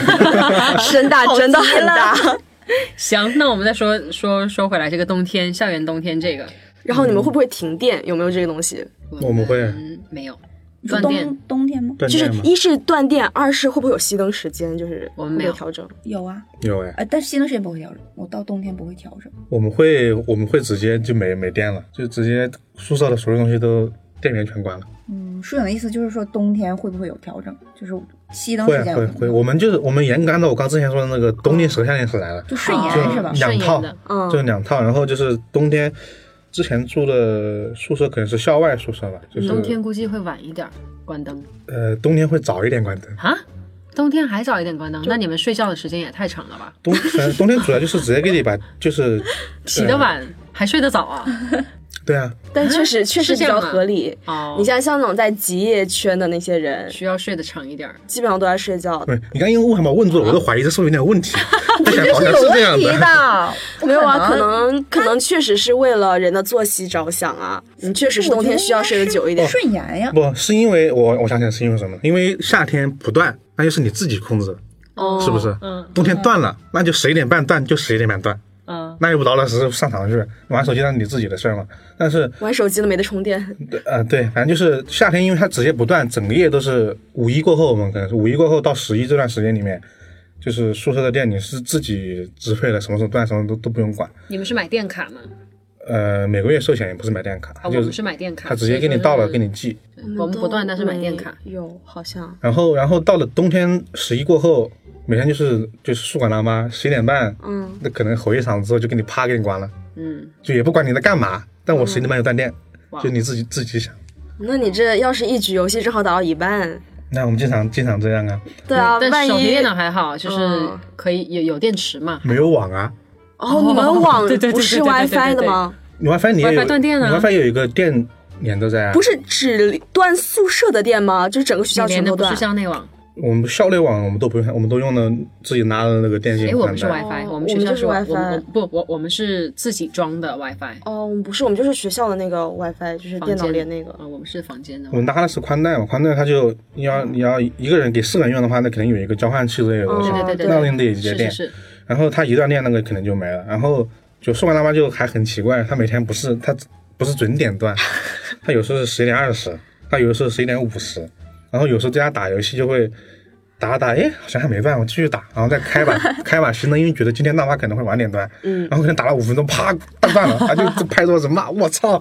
S5: 啊
S2: 深大真的很大。
S3: 行，那我们再说说说回来，这个冬天，校园冬天这个，
S2: 然后你
S5: 嗯
S2: 们会不会停电？有没有这个东西？
S5: 我们会
S3: 嗯没有
S4: 你
S3: 断
S4: 说冬
S3: 电，
S4: 冬天吗？
S5: 断
S2: 就是
S5: 电吗？
S2: 一是断电，二是会不会有熄灯时间？就是
S3: 我
S2: 会
S3: 们
S2: 不
S3: 没有
S2: 会调整？
S4: 有啊，
S5: 有哎，
S4: 呃，但是熄灯时间不会调整，我到冬天不会调整。
S5: 我们会我们会直接就没没电了，就直接宿舍的所有东西都电源全关了。
S4: 嗯，舒影的意思就是说冬天会不会有调整？就是熄灯
S5: 会
S4: 时
S5: 啊
S4: 间
S5: 会啊
S4: 有可能
S5: 会，我们就是我们严格按照我刚之前说的那个冬令时、夏令时来了，
S4: 就顺延
S3: 哦
S4: 是吧？
S5: 两
S3: 顺
S5: 套
S3: 延的，
S2: 啊嗯
S5: 就两套。然后就是冬天之前住的宿舍可能是校外宿舍吧，就是
S3: 冬天估计会晚一点儿关灯
S5: 呃冬天会早一点关灯。
S3: 啊。冬天还早一点关灯，那你们睡觉的时间也太长了吧？
S5: 冬反正冬天主要就是直接给你把就是
S3: 起得晚还睡得早啊？
S5: 对啊，
S2: 但确 实确实
S3: 是
S2: 比
S3: 这
S2: 较
S3: 样吗
S2: 合理。
S3: 哦
S2: 你像像那种在极夜圈的那些人，
S3: 需要睡得长一点儿。
S2: 基本上都在睡觉。
S5: 对，你刚因为为什么问住了，我都怀疑这是不是有点问题，但想好像是这样
S4: 题
S5: 的。
S4: 的，
S2: 没有啊，
S4: 可
S2: 可能可能确实是为了人的作息着想啊。你确实是冬天需要睡得久一点。
S4: 哦顺延呀，
S5: 不是因为我，我想起来是因为什么？因为夏天不断，那就是你自己控制的，
S3: 哦
S5: 是不是？
S3: 嗯
S5: 冬天断了，那就十一点半断，就十一点半断，
S3: 嗯，
S5: 那又不老老实实上床去玩手机，那是你自己的事儿嘛。但是，
S2: 玩手机都没得充电，
S5: 对呃，对，反正就是夏天，因为它直接不断，整个夜都是五一过后，我们可能是五一过后到十一这段时间里面，就是宿舍的电你是自己支配的，什么时候断，什么都都不用管。
S3: 你们是买电卡吗？
S5: 呃，每个月收钱也不是买电卡，
S3: 啊，
S5: 它
S3: 我
S5: 就
S3: 们是买电卡，嗯
S5: 他直接给你到了，给你寄。
S3: 所以说是。我们不断，但是买电卡。
S2: 有好像
S5: 然后，然后到了冬天十一过后，每天就是就是宿管大妈十一点半，
S2: 嗯，
S5: 那可能吼一场之后就给你啪给你关了，
S3: 嗯，
S5: 就也不管你在干嘛。但我十一点半就断电，
S3: 哇
S5: 就你自己自己想。
S2: 那你这要是一局游戏正好打到一半，
S5: 那我们经常经常这样
S3: 嗯
S5: 啊，
S2: 对啊，
S3: 但
S2: 万
S3: 手提
S2: 一
S3: 电脑还好，就是
S2: 嗯
S3: 可以有有电池嘛。
S5: 没有网啊，
S2: 哦，你们网
S3: 对对对对
S2: 不是
S3: 对对对
S2: WiFi 的吗？
S5: 你 WiFi 你也有
S3: WiFi 断电啊
S5: 你 WiFi 有一个电连着在啊。
S2: 不是只断宿舍的电吗？就是整个学
S3: 你
S2: 校全
S3: 连的
S2: 都
S3: 不是
S2: 断。
S3: 校内网，
S5: 我们校内网我们都不用，我们都用的自己拿的那个电信
S3: 哎，我们是
S5: 宽带
S3: WiFi，
S2: 哦
S3: 们学
S2: 我
S3: 校我
S2: 们就是
S3: 们
S2: WiFi
S3: 我不我我们是自己装的 WiFi，
S2: 哦，我们不是，我们就是学校的那个 WiFi，就是电脑连那个。
S3: 啊，我们是房间的
S5: 我。们拿的是宽带嘛，宽带它就你要你要一个人给四个人用的话，那肯定有一个交换器之类的东西，
S2: 哦
S3: 对对对
S5: 那
S3: 对
S5: 肯定得节
S3: 是
S5: 电
S3: 是。是，
S5: 然后他一断电，那个可能就没了。然后就送完大妈就还很奇怪，他每天不是他不是准点断，他有时候是十一点二十，他有的时候十一点五十，然后有时候在家打游戏就会打打，哎，好像还没断，我继续打，然后再 开吧，开吧，新的，因为觉得今天大妈可能会晚点断，嗯，然后可能打了五分钟，啪，大断了，他就就拍桌子骂，我 操，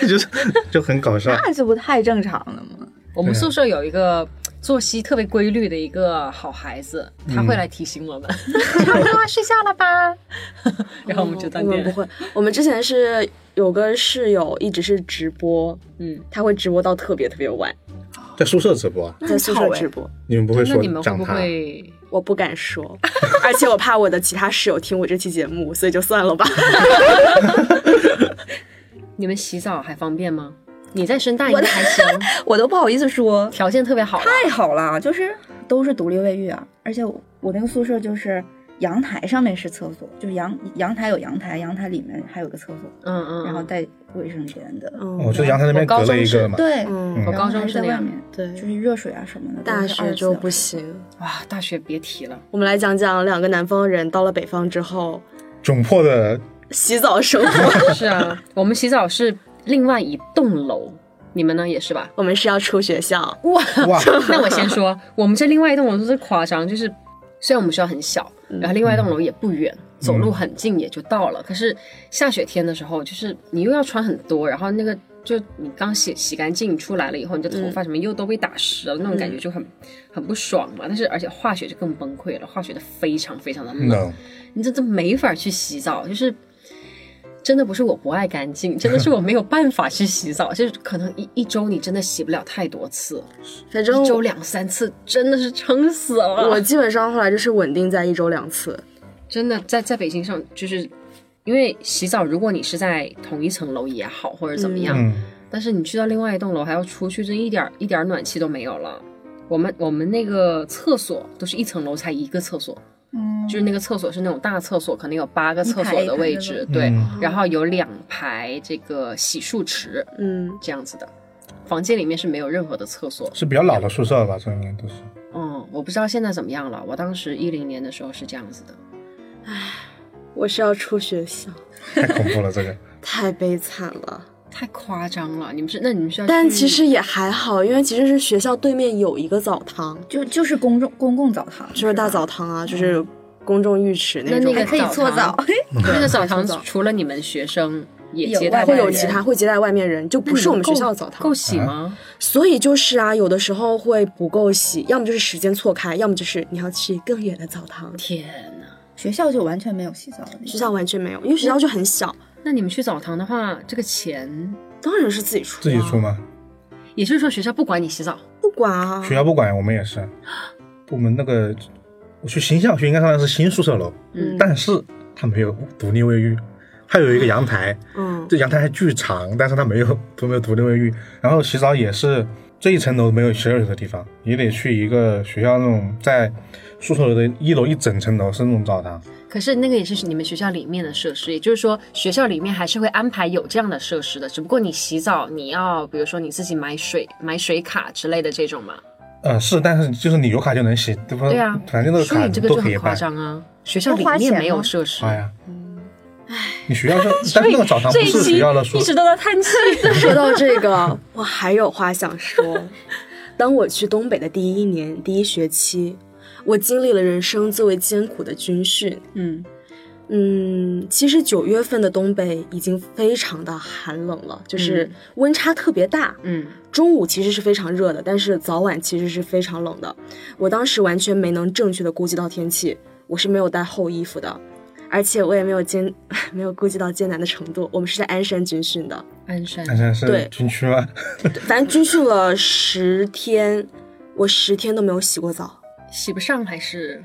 S5: 就是就很搞笑。
S4: 那这不太正常了 吗？
S3: 我们宿舍有一个作息特别规律的一个好孩子，他
S5: 嗯
S3: 会来提醒我们， 妈妈睡觉 了吧？然后我们就断
S2: 我
S3: 电
S2: 们不
S3: 了。
S2: 会，我们之前是有个室友一直是直播，
S3: 嗯，
S2: 他会直播到特别特别晚，
S5: 在宿舍直播啊，
S2: 在宿舍直播，
S5: 你们不会
S3: 那
S5: 说
S3: 你们会
S5: 讲
S3: 不
S5: 他？
S3: 会？
S2: 我不敢说， 而且我怕我的其他室友听我这期节目，所以就算了吧。
S3: 你们洗澡还方便吗？你在深大应该还行，
S4: 我都不好意思说，
S3: 条件特别好啊。
S4: 太好了，就是都是独立卫浴啊，而且我我那个宿舍就是阳台上面是厕所，就是阳阳台有阳台，阳台里面还有个厕所，
S3: 嗯嗯，
S4: 然后带卫生间的，
S2: 嗯，
S5: 哦我就阳台那边
S3: 我高
S5: 隔了
S3: 中
S5: 一
S3: 是
S5: 个嘛，
S4: 对，
S2: 嗯
S5: 嗯
S3: 我
S4: 然后
S3: 高中
S4: 还
S3: 是
S4: 在
S3: 那
S4: 外
S3: 样
S4: 面，
S2: 对
S4: 就是热水啊什么的，
S2: 大学就不
S4: 行。
S2: 行。
S3: 哇，大学别提了，
S2: 我们来讲讲两个南方人到了北方之后
S5: 窘迫的
S2: 洗澡生活。
S3: 是啊，我们洗澡是另外一栋楼，你们呢也是吧？
S2: 我们是要出学校，
S3: 哇，
S5: 哇，
S3: 那我先说，我们这另外一栋楼就是夸张，就是虽然我们学校很小，嗯然后另外一栋楼也不远，走路很近也就到了。可是下雪天的时候，就是你又要穿很多，然后那个就你刚洗洗干净出来了以后，你的头发什么又都被打湿了，那种感觉就很很不爽嘛。但是而且化学就更崩溃了，化学的非常非常的冷。
S5: 冷。
S3: 你真的没法去洗澡，就是真的不是我不爱干净，真的是我没有办法去洗澡，就是可能一一周你真的洗不了太多次，
S2: 反正
S3: 一周两三次真的是撑死了。
S2: 我基本上后来就是稳定在一周两次。
S3: 真的在在北京上就是。因为洗澡，如果你是在同一层楼也好，或者怎么样，
S5: 嗯，
S3: 但是你去到另外一栋楼还要出去，这一点儿一点儿暖气都没有了。我们我们那个厕所都是一层楼才一个厕所，
S4: 嗯，
S3: 就是那个厕所是那种大厕所，可能有八个厕
S4: 一排
S3: 所
S4: 一排
S3: 的
S4: 的
S3: 位
S4: 吗
S3: 置，对，
S5: 嗯
S3: 然后有两排这个洗漱池
S2: 嗯，
S3: 这样子的。房间里面是没有任何的厕所，
S5: 是比较老的宿舍吧，这应该 都是。
S3: 嗯，我不知道现在怎么样了。我当时一零年的时候是这样子的，
S2: 我是要出学校，
S5: 太恐怖了，这个。
S2: 太悲惨了。
S3: 太夸张了。你们是那你们是要去？
S2: 但其实也还好，因为其实是学校对面有一个澡堂，
S4: 就就是公众公共澡堂，
S2: 就是大
S4: 吧
S2: 澡堂啊，就是公众浴池
S3: 那
S2: 种。
S3: 那个
S4: 还可以搓
S3: 澡
S4: 澡，
S3: 那个澡堂
S2: 澡堂
S3: 除了你们学生也
S4: 有
S3: 接待
S4: 外
S2: 会
S3: 外
S2: 有
S3: 人
S2: 其他会接待外面人，就不是我们学校的澡堂
S3: 嗯够，洗吗？
S2: 所以就是啊，有的时候会不够洗，要么就是时间错开，要么就是你要去更远的澡堂。
S3: 天哪！
S4: 学校就完全没有洗澡的地
S2: 学
S4: 方。
S2: 校完全没有，因为学校就很小，
S3: 那你们去澡堂的话，这个钱，
S2: 当然是自己出、啊
S5: 自己出，吗？
S3: 也就是说学校不管你洗澡，
S2: 不管啊。
S3: 哦
S5: 学校不管，我们也是。我们那个，我去新校区应该上的是新宿舍楼，
S3: 嗯
S5: 但是它没有独立卫浴，它有一个阳台，
S2: 嗯嗯
S5: 这阳台还巨长，但是它没有 都没有独立卫浴，然后洗澡也是这一层楼没有洗手的地方，也得去一个学校那种在宿舍楼的一楼一整层楼是那种澡堂，
S3: 可是那个也是你们学校里面的设施，也就是说学校里面还是会安排有这样的设施的，只不过你洗澡你要比如说你自己买水买水卡之类的这种嘛。
S5: 呃是，但是就是旅游卡就能洗，对吧？
S3: 对啊，
S5: 反正那个
S3: 所
S5: 卡
S3: 以这个
S5: 都
S3: 就
S5: 可以
S3: 很夸
S5: 办，
S3: 张啊，学校里
S4: 要花钱
S3: 面
S4: 吗
S3: 没有设施。
S5: 哎呀，你学校就但是那个澡堂不
S3: 这一
S5: 是
S3: 期
S5: 学校的宿
S3: 一直
S5: 舍，
S3: 都在 叹气。
S2: 说到这 个，我还有话想说。 当我去东北的第一年第一学期，我经历了人生最为艰苦的军训。
S3: 嗯，
S2: 嗯，其实九月份的东北已经非常的寒冷了，就是温差特别大。
S3: 嗯，
S2: 中午其实是非常热的，但是早晚其实是非常冷的。我当时完全没能正确的估计到天气，我是没有带厚衣服的，而且我也没有艰 没有估计到艰难的程度。我们是在鞍山军训的，
S3: 鞍山
S5: 但哎是是
S2: 对
S5: 军区吗？
S2: 反正军训了十天，我十天都没有洗过澡，
S3: 洗不上还是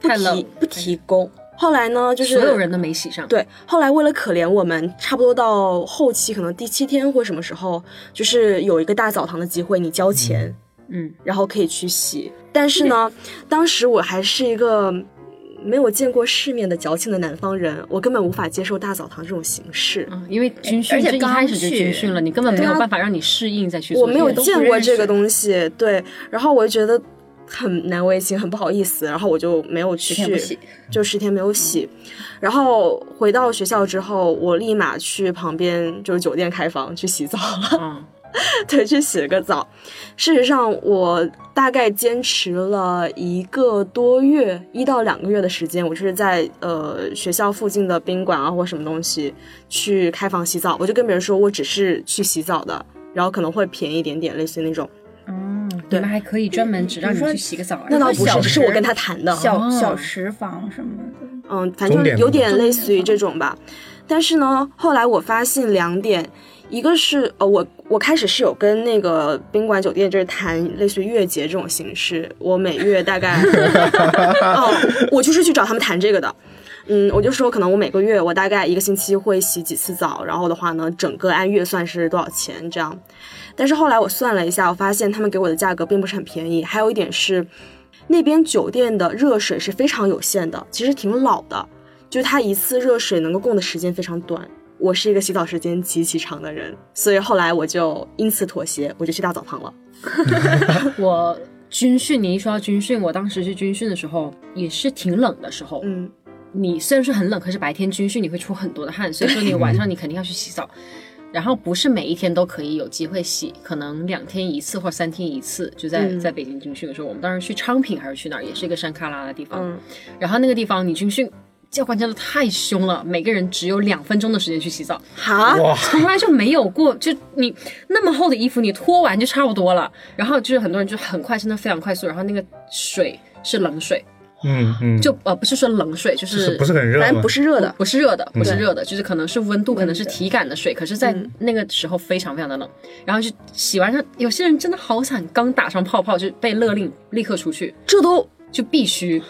S2: 不
S3: 太冷哎
S2: 提，不提供。后来呢，就是
S3: 所有人都没洗上。，
S2: 对，后来为了可怜我们，差不多到后期，可能第七天或什么时候，就是有一个大澡堂的机会，你交钱，
S3: 嗯，
S2: 然后可以去洗。但是呢，当时我还是一个没有见过世面的矫情的南方人，我根本无法接受大澡堂这种形式。
S3: 嗯，因为军训
S4: 而且
S3: 这一开始就
S4: 刚去
S3: 军训了，你根本没有
S2: 对啊
S3: 办法让你适应再去做
S2: 我
S3: 这
S2: 没
S3: 个。
S2: 有
S4: 都不
S2: 见过
S4: 认
S2: 这个
S4: 识
S2: 东西，对，然后我就觉得很难为情，很不好意思，然后我就没有去，
S4: 天不洗
S2: 就十天没有洗。然后回到学校之后，我立马去旁边就是酒店开房去洗澡了，
S3: 嗯，
S2: 对，去洗了个澡。事实上，我大概坚持了一个多月，一到两个月的时间，我就是在呃学校附近的宾馆啊或什么东西去开房洗澡，我就跟别人说我只是去洗澡的。然后可能会便宜一点点，类似于那种。
S3: 哦，你
S2: 嗯对
S3: 们还可以专门只让你
S4: 比如说
S3: 去洗个澡啊而已。
S2: 那倒不
S4: 小
S2: 是，
S4: 时
S2: 是我跟他谈的。
S4: 小
S3: 哦
S4: 小食房什么的。
S2: 嗯，反正
S5: 钟点
S2: 有
S5: 吗
S2: 点类似于这种吧。但是呢，后来我发现两点，一个是呃，我我开始是有跟那个宾馆酒店就是谈类似于月结这种形式，我每月大概，哦，我就是去找他们谈这个的。嗯，我就说可能我每个月我大概一个星期会洗几次澡，然后的话呢，整个按月算是多少钱这样。但是后来我算了一下，我发现他们给我的价格并不是很便宜，还有一点是。那边酒店的热水是非常有限的，其实挺老的，就是它一次热水能够供的时间非常短。我是一个洗澡时间极其长的人，所以后来我就因此妥协，我就去大澡堂了。
S3: 我军训，你一说到军训，我当时去军训的时候也是挺冷的时候。
S2: 嗯，
S3: 你虽然是很冷，可是白天军训你会出很多的汗，所以说你晚上你肯定要去洗澡。然后不是每一天都可以有机会洗，可能两天一次或三天一次。就在、
S2: 嗯
S3: 在北京军训的时候，我们当时去昌平还是去哪儿，也是一个山卡拉的地方。
S2: 嗯
S3: 然后那个地方你军训，教官真的太凶了，每个人只有两分钟的时间去洗澡。
S2: 哈，
S5: 哇，
S3: 从来就没有过，就你那么厚的衣服，你脱完就差不多了。然后就是很多人就很快，真的非常快速。然后那个水是冷水，
S5: 嗯嗯，
S3: 就呃不是说冷水，就
S5: 就是是不是很热
S2: 反正
S5: 吗
S2: 不？是热 的。
S3: 不是热的，不是
S5: 嗯
S3: 热的，就是可能是温度，可能是
S4: 温的
S3: 体感的水，可是，在
S2: 嗯
S3: 那个时候非常非常的冷。然后就洗完上，有些人真的好惨，刚打上泡泡就被勒令立刻出去，
S2: 这都
S3: 就必须。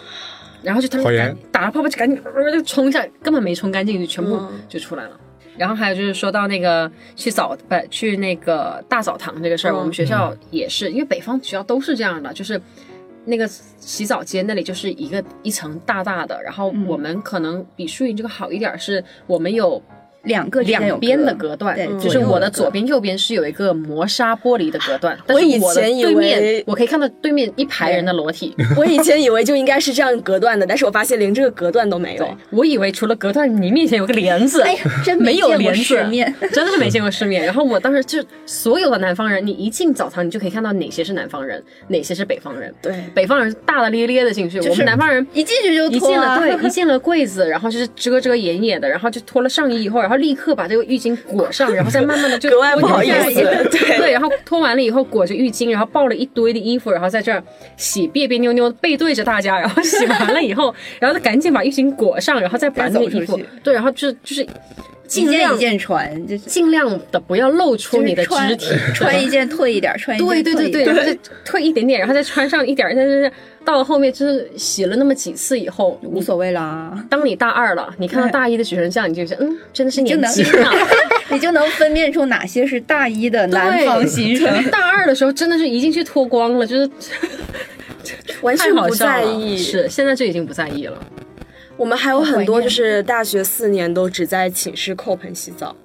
S3: 然后就他
S5: 好
S3: 们
S5: 严
S3: 赶打了泡泡就赶紧、呃、就冲一下，根本没冲干净，就全部
S2: 嗯
S3: 就出来了。然后还有就是说到那个去澡不去那个大澡堂这个事儿，
S2: 嗯
S3: 我们学校也是，因为北方学校都是这样的，就是那个洗澡间那里就是一个一层大大的，然后
S4: 嗯
S3: 我们可能比树荫这个好一点，是我们有
S4: 两个之间有
S3: 两边的
S4: 隔
S3: 隔断，
S4: 对
S3: 就
S4: 左
S3: 是
S4: 右
S3: 我的
S4: 有隔
S3: 左边、右边是有一个磨砂玻璃的隔 断，但
S2: 我
S3: 是
S2: 以
S3: 的
S2: 前以
S3: 对面
S2: 为
S3: 我可以看到对面一排人的裸体，
S2: 我以前以为就应该是这样隔断的，但是我发现连这个隔断都没有。
S3: 我以为除了隔断，你面前有个帘 子，
S4: 哎呀真
S3: 没
S4: 没
S3: 有
S4: 见过
S3: 帘子，
S4: 世面
S3: 真的是没见过世面。然后我当时就所有的南方人，你一进澡堂，你就可以看到哪些是南方人，哪些是北方人。
S2: 对
S3: 北方人大大咧咧的进去，我们南方人。
S4: 一进去就
S3: 一
S4: 脱
S3: 进了
S4: 啊
S3: 对， 一进了柜子，然后就是遮遮掩掩的，然后就脱了上衣以后，然后立刻把这个浴巾裹上，然后再慢慢的就
S2: 格外不好
S3: 脱下
S2: 意思
S3: 来
S2: 对
S3: 对，然后脱完了以后裹着浴巾，然后抱了一堆的衣服，然后在这儿洗，别别扭扭背对着大家，然后洗完了以后，然后再赶紧把浴巾裹上，然后再把那
S4: 再走
S3: 衣
S4: 出
S3: 服
S4: 去
S3: 对，然后就就是
S4: 一
S3: 尽
S4: 件
S3: 量
S4: 一件穿，就是
S3: 尽量的不要露出
S4: 就是
S3: 你的
S4: 穿
S3: 肢体，
S4: 穿一件退一点，穿一件
S3: 对对对
S4: 退
S3: 对，
S4: 一点
S3: 然后再退一点点，然后再穿上一点儿，但是到了后面就是洗了那么几次以后，
S4: 无
S3: 你。
S4: 所谓啦
S3: 当你大二了，你看到
S4: 对
S3: 大一的学生这样，你就觉得嗯，真的是
S4: 就
S3: 年
S4: 能
S3: 轻啊，
S4: 你就能分辨出哪些是大一的南方新生。
S3: 大二的时候真的是一进去脱光了，就是
S2: 完
S3: 太
S2: 全
S3: 好
S2: 不
S3: 笑
S2: 在
S3: 了。
S2: 意。
S3: 是，现在就已经不在意了。
S2: 我们还有很
S4: 好怀
S2: 多
S4: 念
S2: 就是大学四年都只在寝室扣盆洗澡，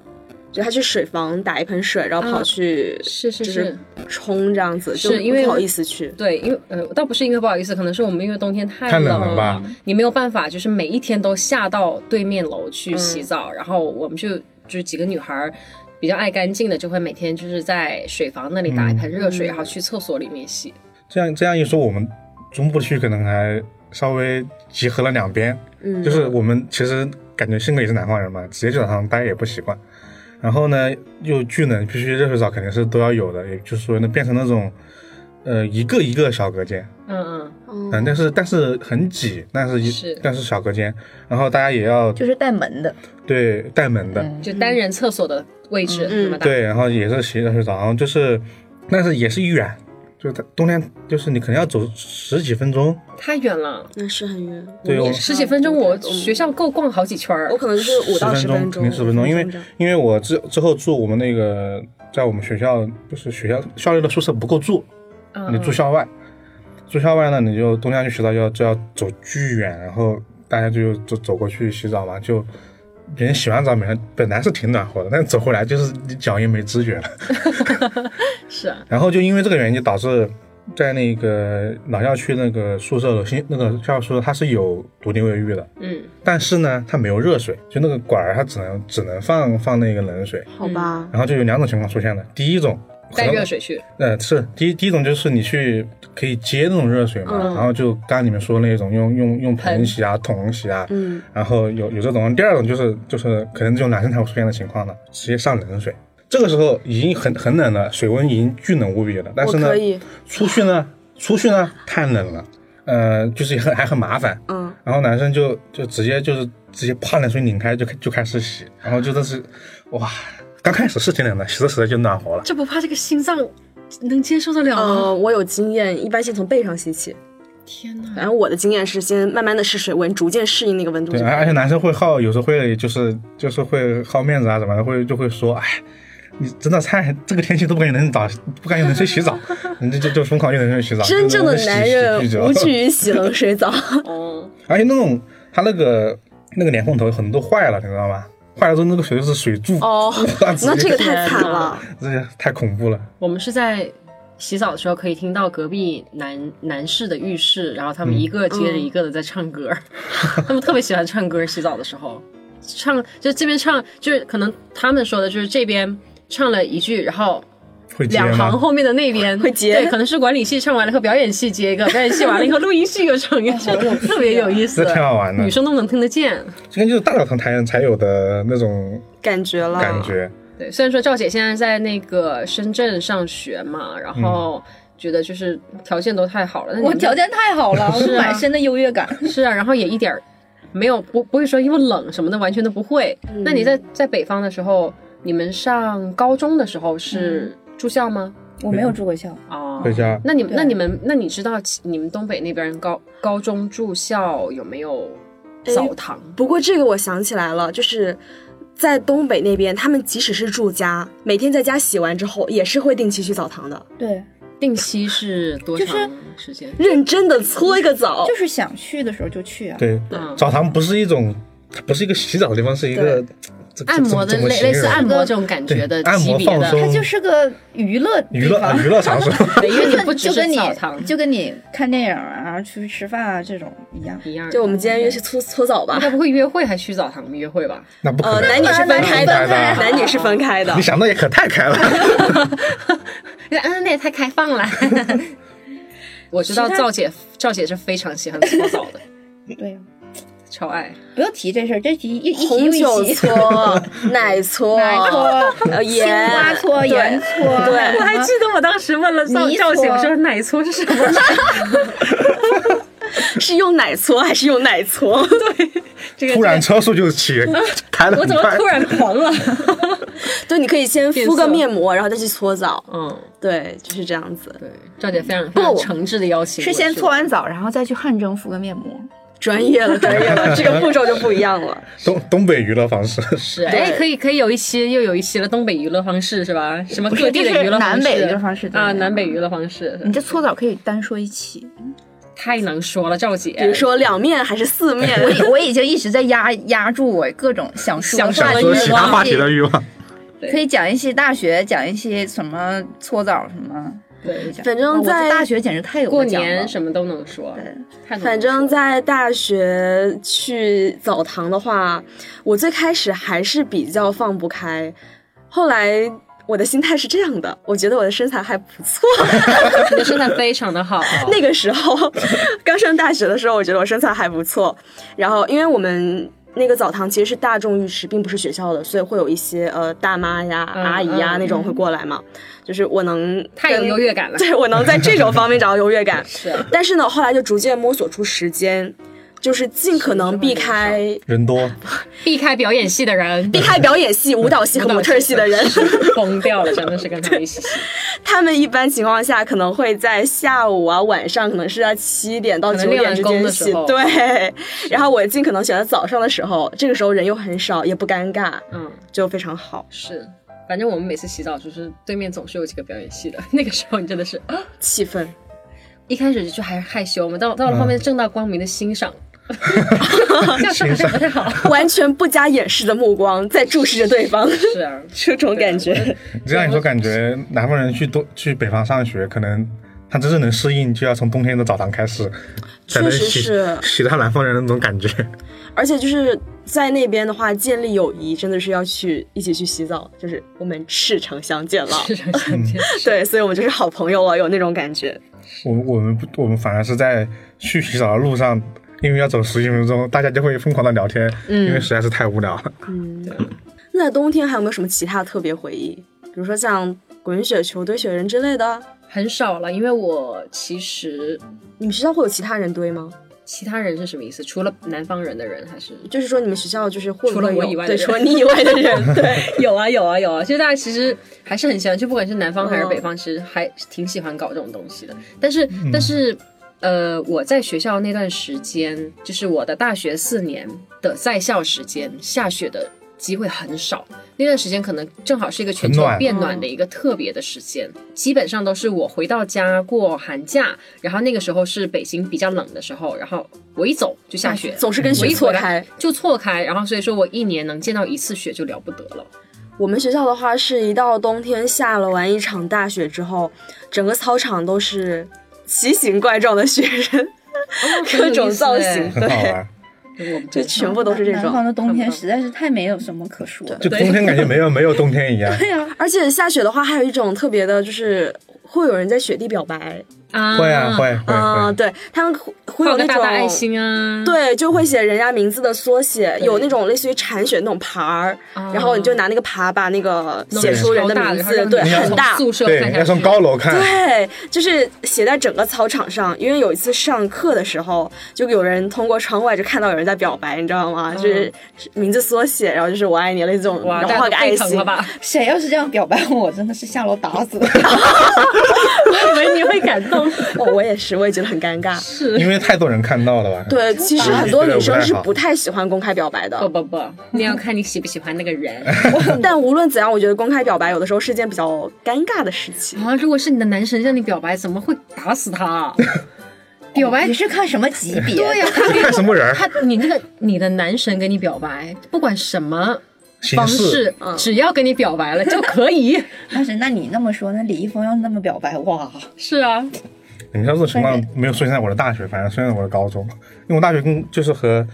S2: 就他去水房打一盆水，然后跑
S3: 啊
S2: 去、
S3: 是是
S2: 就是冲这样子，
S3: 是
S2: 就
S3: 因为
S2: 不好意思去。
S3: 对，因为呃，倒不是因为不好意思，可能是我们因为冬天太
S5: 太冷
S3: 冷
S5: 了吧
S3: 你没有办法，就是每一天都下到对面楼去洗澡，然后我们就就是几个女孩儿比较爱干净的，就会每天就是在水房那里打一盆热水，然后去厕所里面洗。
S5: 这样这样一说，我们中部区可能还稍微集合了两边，
S2: 嗯，
S5: 就是我们其实感觉性格也是南方人嘛，直接就在床上待也不习惯。然后呢，又巨冷，必须热水澡肯定是都要有的，也就是说呢，变成那种，呃，一个一个小隔间，
S3: 嗯嗯，
S2: 嗯
S5: 嗯，但是但是很挤，但是一
S3: 是
S5: 但是小隔间，然后大家也要
S4: 就是带门的，
S5: 对带门的，
S3: 就单人厕所的位置
S2: 嗯
S3: 那么大。
S5: 对，然后也是洗热水澡，然后就是，但是也是远，就是它冬天就是你可能要走十几分钟，
S3: 太远了，
S2: 那是很远，
S5: 对
S2: 我
S5: 我
S2: 们也是
S3: 十几分钟，我
S2: 我
S3: 学校够逛好几圈儿
S2: 我。可能就是五到
S5: 十
S2: 十
S5: 分
S2: 分
S5: 肯定十分钟，因为
S2: 这样
S5: 因为我之之后住我们那个在我们学校就是学校校内的宿舍不够住，
S3: 嗯
S5: 你住校外，住校外呢你就冬天去洗澡就要就要走巨远，然后大家就走走过去洗澡嘛，就别人洗完澡本来本来是挺暖和的，但走回来就是你脚也没知觉了，
S3: 是啊，
S5: 然后就因为这个原因导致。在那个老校区那个宿舍楼，新那个校舍宿舍它是有独立卫浴的，
S3: 嗯，
S5: 但是呢，它没有热水，就那个管儿它只能只能放放那个冷水，
S2: 好吧，
S5: 然后就有两种情况出现了。第一种，
S3: 带
S5: 可能
S3: 热，水 去，
S5: 呃，是第一第一种就是你去可以接那种热水嘛，
S2: 嗯
S5: 然后就刚刚你们说那种用用用盆
S3: 盆
S5: 洗啊、桶洗啊，
S2: 嗯，
S5: 然后有有这种。第二种就是就是可能这种男生才会出现的情况呢，直接上冷水。这个时候已经很很冷了，水温已经巨冷无比了，但
S2: 我
S5: 是呢
S2: 可，以，
S5: 出去呢出去呢太冷了，呃，就是很还很麻烦，
S2: 嗯，
S5: 然后男生就就直接就是直接啪冷水拧开就开就开始洗，然后就真是哇，刚开始是挺冷的，洗着洗着就暖和了。
S3: 这不怕这个心脏能接受得了吗？
S2: 呃，我有经验，一般先从背上洗起。
S3: 天哪！
S2: 反正我的经验是先慢慢的试水温，逐渐适应那个温度
S5: 对，哎
S2: 就可以
S5: 而而
S2: 了。
S5: 且男生会好，有时候会就是就是会好面子啊什么的，会就会说，哎，你真的太这个天气都不敢用冷水澡，不敢用冷水 洗澡，你这就就疯狂用冷水洗澡。
S2: 真正的男人
S5: 就是
S2: 无
S5: 洗
S2: 惧
S5: 洗巨久
S2: 于洗冷水 澡。
S3: 哦，
S5: 而且那种他那个那个莲蓬头很多坏了，你知道吗？坏了之后那个水就是水柱，
S2: 哦
S5: 哇 直
S2: 那这
S5: 接
S2: 个太惨
S3: 天
S2: 了
S3: 哪，
S5: 这个太恐怖了。
S3: 我们是在洗澡的时候可以听到隔壁男男士的浴室，然后他们一个接着一个的在唱歌， 他们特别喜欢唱歌，洗澡的时候唱，就这边唱，就是可能他们说的就是这边唱了一句，然后。
S5: 会接
S3: 两行
S5: 吗？
S3: 后面的那边
S2: 会接
S3: 对，可能是管理系唱完了以后，表演系接一个，表演系完了以后，录音系又唱 一首，特别有啊意思
S5: 这，挺好玩的
S3: 女生都能听得见。
S5: 这个就是大澡堂才才有的那种
S2: 感觉
S3: 啊
S2: 了，
S5: 感觉。
S3: 对，虽然说赵姐现在在那个深圳上学嘛，
S5: 嗯
S3: 然后觉得就是条件都太好了，那你
S4: 我
S3: 们
S4: 条件太好 了，我
S3: 嗯是啊
S4: 满身的优 越感。
S3: 是啊，然后也一点儿没有不不会说因为冷什么的，完全都不会。
S4: 嗯
S3: 那你在在北方的时候，你们上高中的时候
S4: 嗯
S3: 是住校吗？
S4: 我没有住过校，
S3: 哦，
S5: 回家
S3: 那你们
S4: 对
S3: 那你们那你知道其你们东北那边高高中住校有没有澡堂？
S4: 哎
S2: 不过这个我想起来了，就是在东北那边，他们即使是住家，每天在家洗完之后，也是会定期去澡堂的，
S4: 对，
S3: 定期是多
S4: 就
S3: 长时
S4: 是
S3: 间？
S2: 认真的搓一个
S3: 哦
S2: 澡。
S4: 就是想去的时候就去啊。
S5: 对，
S3: 嗯
S5: 澡堂不是一种，它不是一个洗澡的地方，是一个这这
S3: 按摩的
S5: 怎么
S3: 类
S5: 怎么
S3: 类
S5: 形
S3: 似
S5: 容
S3: 按摩这种感觉的
S5: 对按
S3: 级
S5: 摩
S3: 别
S5: 放
S3: 的，
S5: 松
S4: 它就是个娱乐
S5: 娱
S4: 地
S5: 乐
S4: 方
S5: 啊娱乐场 所。
S3: 对因为你不只
S4: 就跟
S3: 是
S4: 你
S3: 澡堂
S4: 就跟你看电影啊、出去吃饭啊这种一样。
S3: 一样的。
S2: 就我们今天约去搓搓澡吧
S3: 应，该不会约会还去澡堂约会吧？
S5: 那不可
S2: 呃，
S5: 能，
S2: 男女是分开的，
S5: 分开的
S2: 男女是分开的
S5: 你。想的也可太开了。
S3: 嗯，那也太开放了。 我知道赵姐，赵姐是非常喜欢搓澡的，
S4: 对呀，
S3: 超爱。
S4: 不要提这事儿，这题一一 提
S2: 红
S4: 又
S2: 酒
S4: 一提。
S2: 搓、奶搓、
S4: 奶搓、
S2: 呃
S4: 青
S2: 盐
S4: 蛙搓、
S2: 对
S4: 盐搓，
S2: 对
S4: 什么
S2: 我还
S3: 得我当时问了
S4: 泥搓
S3: 奶搓是什么？
S2: 是用奶搓还是用奶搓？
S3: 这个
S5: 突然车速就起，开的
S3: 我
S5: 很
S3: 怎么
S5: 快
S3: 突。然狂了？
S2: 对，你可以先敷
S3: 变
S2: 个
S3: 色
S2: 面膜，然后再去搓澡。
S3: 嗯，
S2: 对，就是这样子。
S3: 对，赵姐非常非常诚挚的邀请我去，
S4: 是先搓完澡，然后再去汗蒸敷个面膜。
S2: 专业了，专业了，这个步骤就不一样了。
S5: 东东北娱乐 方式，
S3: 是哎，
S2: 对
S3: 可以可以有一期又有一期了，东北娱乐方式是吧？什么
S4: 不是
S3: 各地
S4: 就是
S3: 的娱乐方
S4: 南
S3: 式？
S4: 北娱乐方式对
S3: 啊，
S4: 对
S3: 南北娱乐方式
S4: 你这搓澡可以单说一期。
S3: 太能说了，赵姐。
S2: 比如说两面还是四面，
S4: 我已我已经一直在压压住我各种想说
S3: 想
S4: 的
S3: 说
S4: 话
S5: 想
S3: 的
S4: 题
S5: 说
S3: 欲
S5: 其他
S3: 望
S5: 话题的欲望。
S4: 可以讲一些大学，讲一些什么搓澡什么。
S3: 对
S4: 讲
S2: 反正
S4: 哇我这
S2: 在
S4: 大学简直太有
S3: 过
S4: 得讲了
S3: 年什么都能说，太能
S2: 反
S3: 说
S2: 正，
S3: 了
S2: 在大学去澡堂的话，我最开始还是比较放不开，后来我的心态是这样的，我觉得我的身材还不错。
S3: 你的身材非常 的好。
S2: 那个时候刚上大学的时候，我觉得我身材还不错。然后因为我们那个澡堂其实是大众浴池，并不是学校的，所以会有一些呃大妈呀、
S3: 嗯
S2: 阿姨呀、
S3: 嗯
S2: 那种会过来嘛。就是我能
S3: 太有
S2: 跟
S3: 优越感 了
S2: 对我能在这种方面找到优越感。
S3: 是
S2: 但是呢，后来就逐渐摸索出时间，就是尽可能避开
S5: 人多，
S3: 避开表演系的 人，
S2: 避开表演系、舞蹈系和模特系 的人。
S3: 疯掉了，真的是跟他们一起洗。
S2: 他们一般情况下可能会在下午啊、晚上，可能是在七点到
S3: 可能
S2: 九
S3: 练
S2: 点
S3: 完
S2: 之
S3: 功
S2: 间
S3: 的时
S2: 洗
S3: 候。
S2: 对，然后我尽可能选择早上的时候，这个时候人又很少，也不尴尬，
S3: 嗯，
S2: 就非常好。
S3: 是。反正我们每次洗澡，就是对面总是有几个表演系的。 那个时候你真的是，啊
S2: 气氛
S3: 一开始就还是害羞嘛，到到了后面正大光明的欣赏，
S2: 嗯
S3: 这样说 好像不太好。
S2: 完全不加掩饰的目光在注视着对方，
S3: 是啊，
S2: 这种感觉。
S5: 这样你说感觉南方人去东去北方上学，可能他真正能适应，就要从冬天的澡堂开始，才能
S2: 确实
S5: 洗
S2: 是
S5: 洗到南方人的那种感觉。
S2: 而且就是在那边的话，建立友谊真的是要去一起去洗澡，就是我们赤诚相见了。
S3: 是这样想见。
S2: 嗯对，所以我们就是好朋友了，有那种感觉。
S5: 我们我们不我们反而是在去洗澡的路上，因为要走十几分钟，大家就会疯狂的聊天，
S2: 嗯
S5: 因为实在是太无聊了。
S2: 那在冬天还有没有什么其他特别回忆？比如说像滚雪球、堆雪人之类的？
S3: 很少了，因为我其实
S2: 你们学校会有其他人堆吗？
S3: 其他人是什么意思？除了南方人的人，还是
S2: 就是说你们学校就是会不
S3: 除了
S2: 会
S3: 我
S2: 有
S3: 以外的
S2: 对，
S3: 人
S2: 除了你以外的 人，对，
S3: 有啊有啊有啊！就大家其实还是很喜欢，就不管是南方还是北方，其实还挺喜欢搞这种东西的。但是、但是，呃，我在学校那段时间，就是我的大学四年的在校时间，下雪的机会很少。那段时间可能正好是一个全球
S5: 很暖
S3: 变暖的一个特别的时间，基本上都是我回到家过寒假，然后那个时候是北京比较冷的时候，然后我一走就下雪。
S2: 总是跟
S3: 我
S2: 雪
S3: 一
S2: 哎错
S3: 回来
S2: 开。
S3: 就错开，然后所以说我一年能见到一次雪就了不得了。
S2: 我们学校的话是一到冬天下了完一场大雪之后，整个操场都是奇形怪状的雪人，各种造型，，
S5: 很好
S2: 对，
S5: 玩，
S3: 我们
S2: 就全部都是这
S4: 南方
S2: 种。
S4: 的冬
S3: 看
S4: 天
S3: 不到
S4: 实在是太没有什么可说的。
S5: 就冬天感觉没有没有冬天 一样。
S4: 对呀、
S2: 而且下雪的话，还有一种特别的，就是会有人在雪地表白
S3: 啊
S5: 会啊会会
S2: 啊、
S5: 会，
S2: 对他们会会
S3: 画
S2: 有
S3: 个
S2: 那
S3: 大
S2: 种
S3: 大爱心啊，
S2: 对，就会写人家名字的缩写，有那种类似于铲雪那种耙儿，
S3: 啊
S2: 然后你就拿那个耙把那个
S3: 弄
S2: 写
S3: 得
S2: 出人
S3: 超
S2: 的
S3: 大
S2: 名
S3: 哦然后
S2: 字，
S3: 让
S2: 对，
S3: 你从
S2: 很大。
S3: 宿舍看
S5: 对，
S3: 下
S5: 要从
S3: 去
S5: 高楼看，
S2: 对，就是写在整个操场上，因为有一次上课的时候，就有人通过窗外就看到有人在表白，你知道吗？就是名字缩写，然后就是我爱你类似这种，
S3: 嗯哇，
S2: 然
S3: 大
S2: 后
S3: 家
S2: 画
S3: 都
S2: 个
S3: 沸
S2: 爱
S3: 腾
S2: 心
S3: 了，吧？
S4: 谁要是这样表白我，真的是下楼打死。
S3: 我以为你会感动，
S2: 哦，我也是，我也觉得很尴尬。
S5: 因为太多人看到了吧？
S2: 对，其实
S5: 啊
S2: 很多
S5: 这个
S2: 女
S5: 不
S2: 生
S5: 太
S2: 是
S5: 好
S2: 不太喜欢公开表 白的，
S3: 不不不，那要看你喜不喜欢那个 人
S2: 但无论怎样，我觉得公开表白有的时候是件比较尴尬的事情。
S3: 啊。如果是你的男神向你表白，怎么会打死 他？表白
S4: 你是看什么级别？
S3: 对呀、
S5: 看什么人儿
S3: 他你那个你的男神跟你表白，不管什么
S5: 形
S3: 方式
S5: 式，
S2: 嗯
S3: 只要跟你表白了就可以。
S4: 但是那你那么说，那李易峰要那么表白，哇，
S3: 是啊，
S5: 你们像这种情况没有出现在我的大学，反正出现在我的高中，因为我大学跟就是和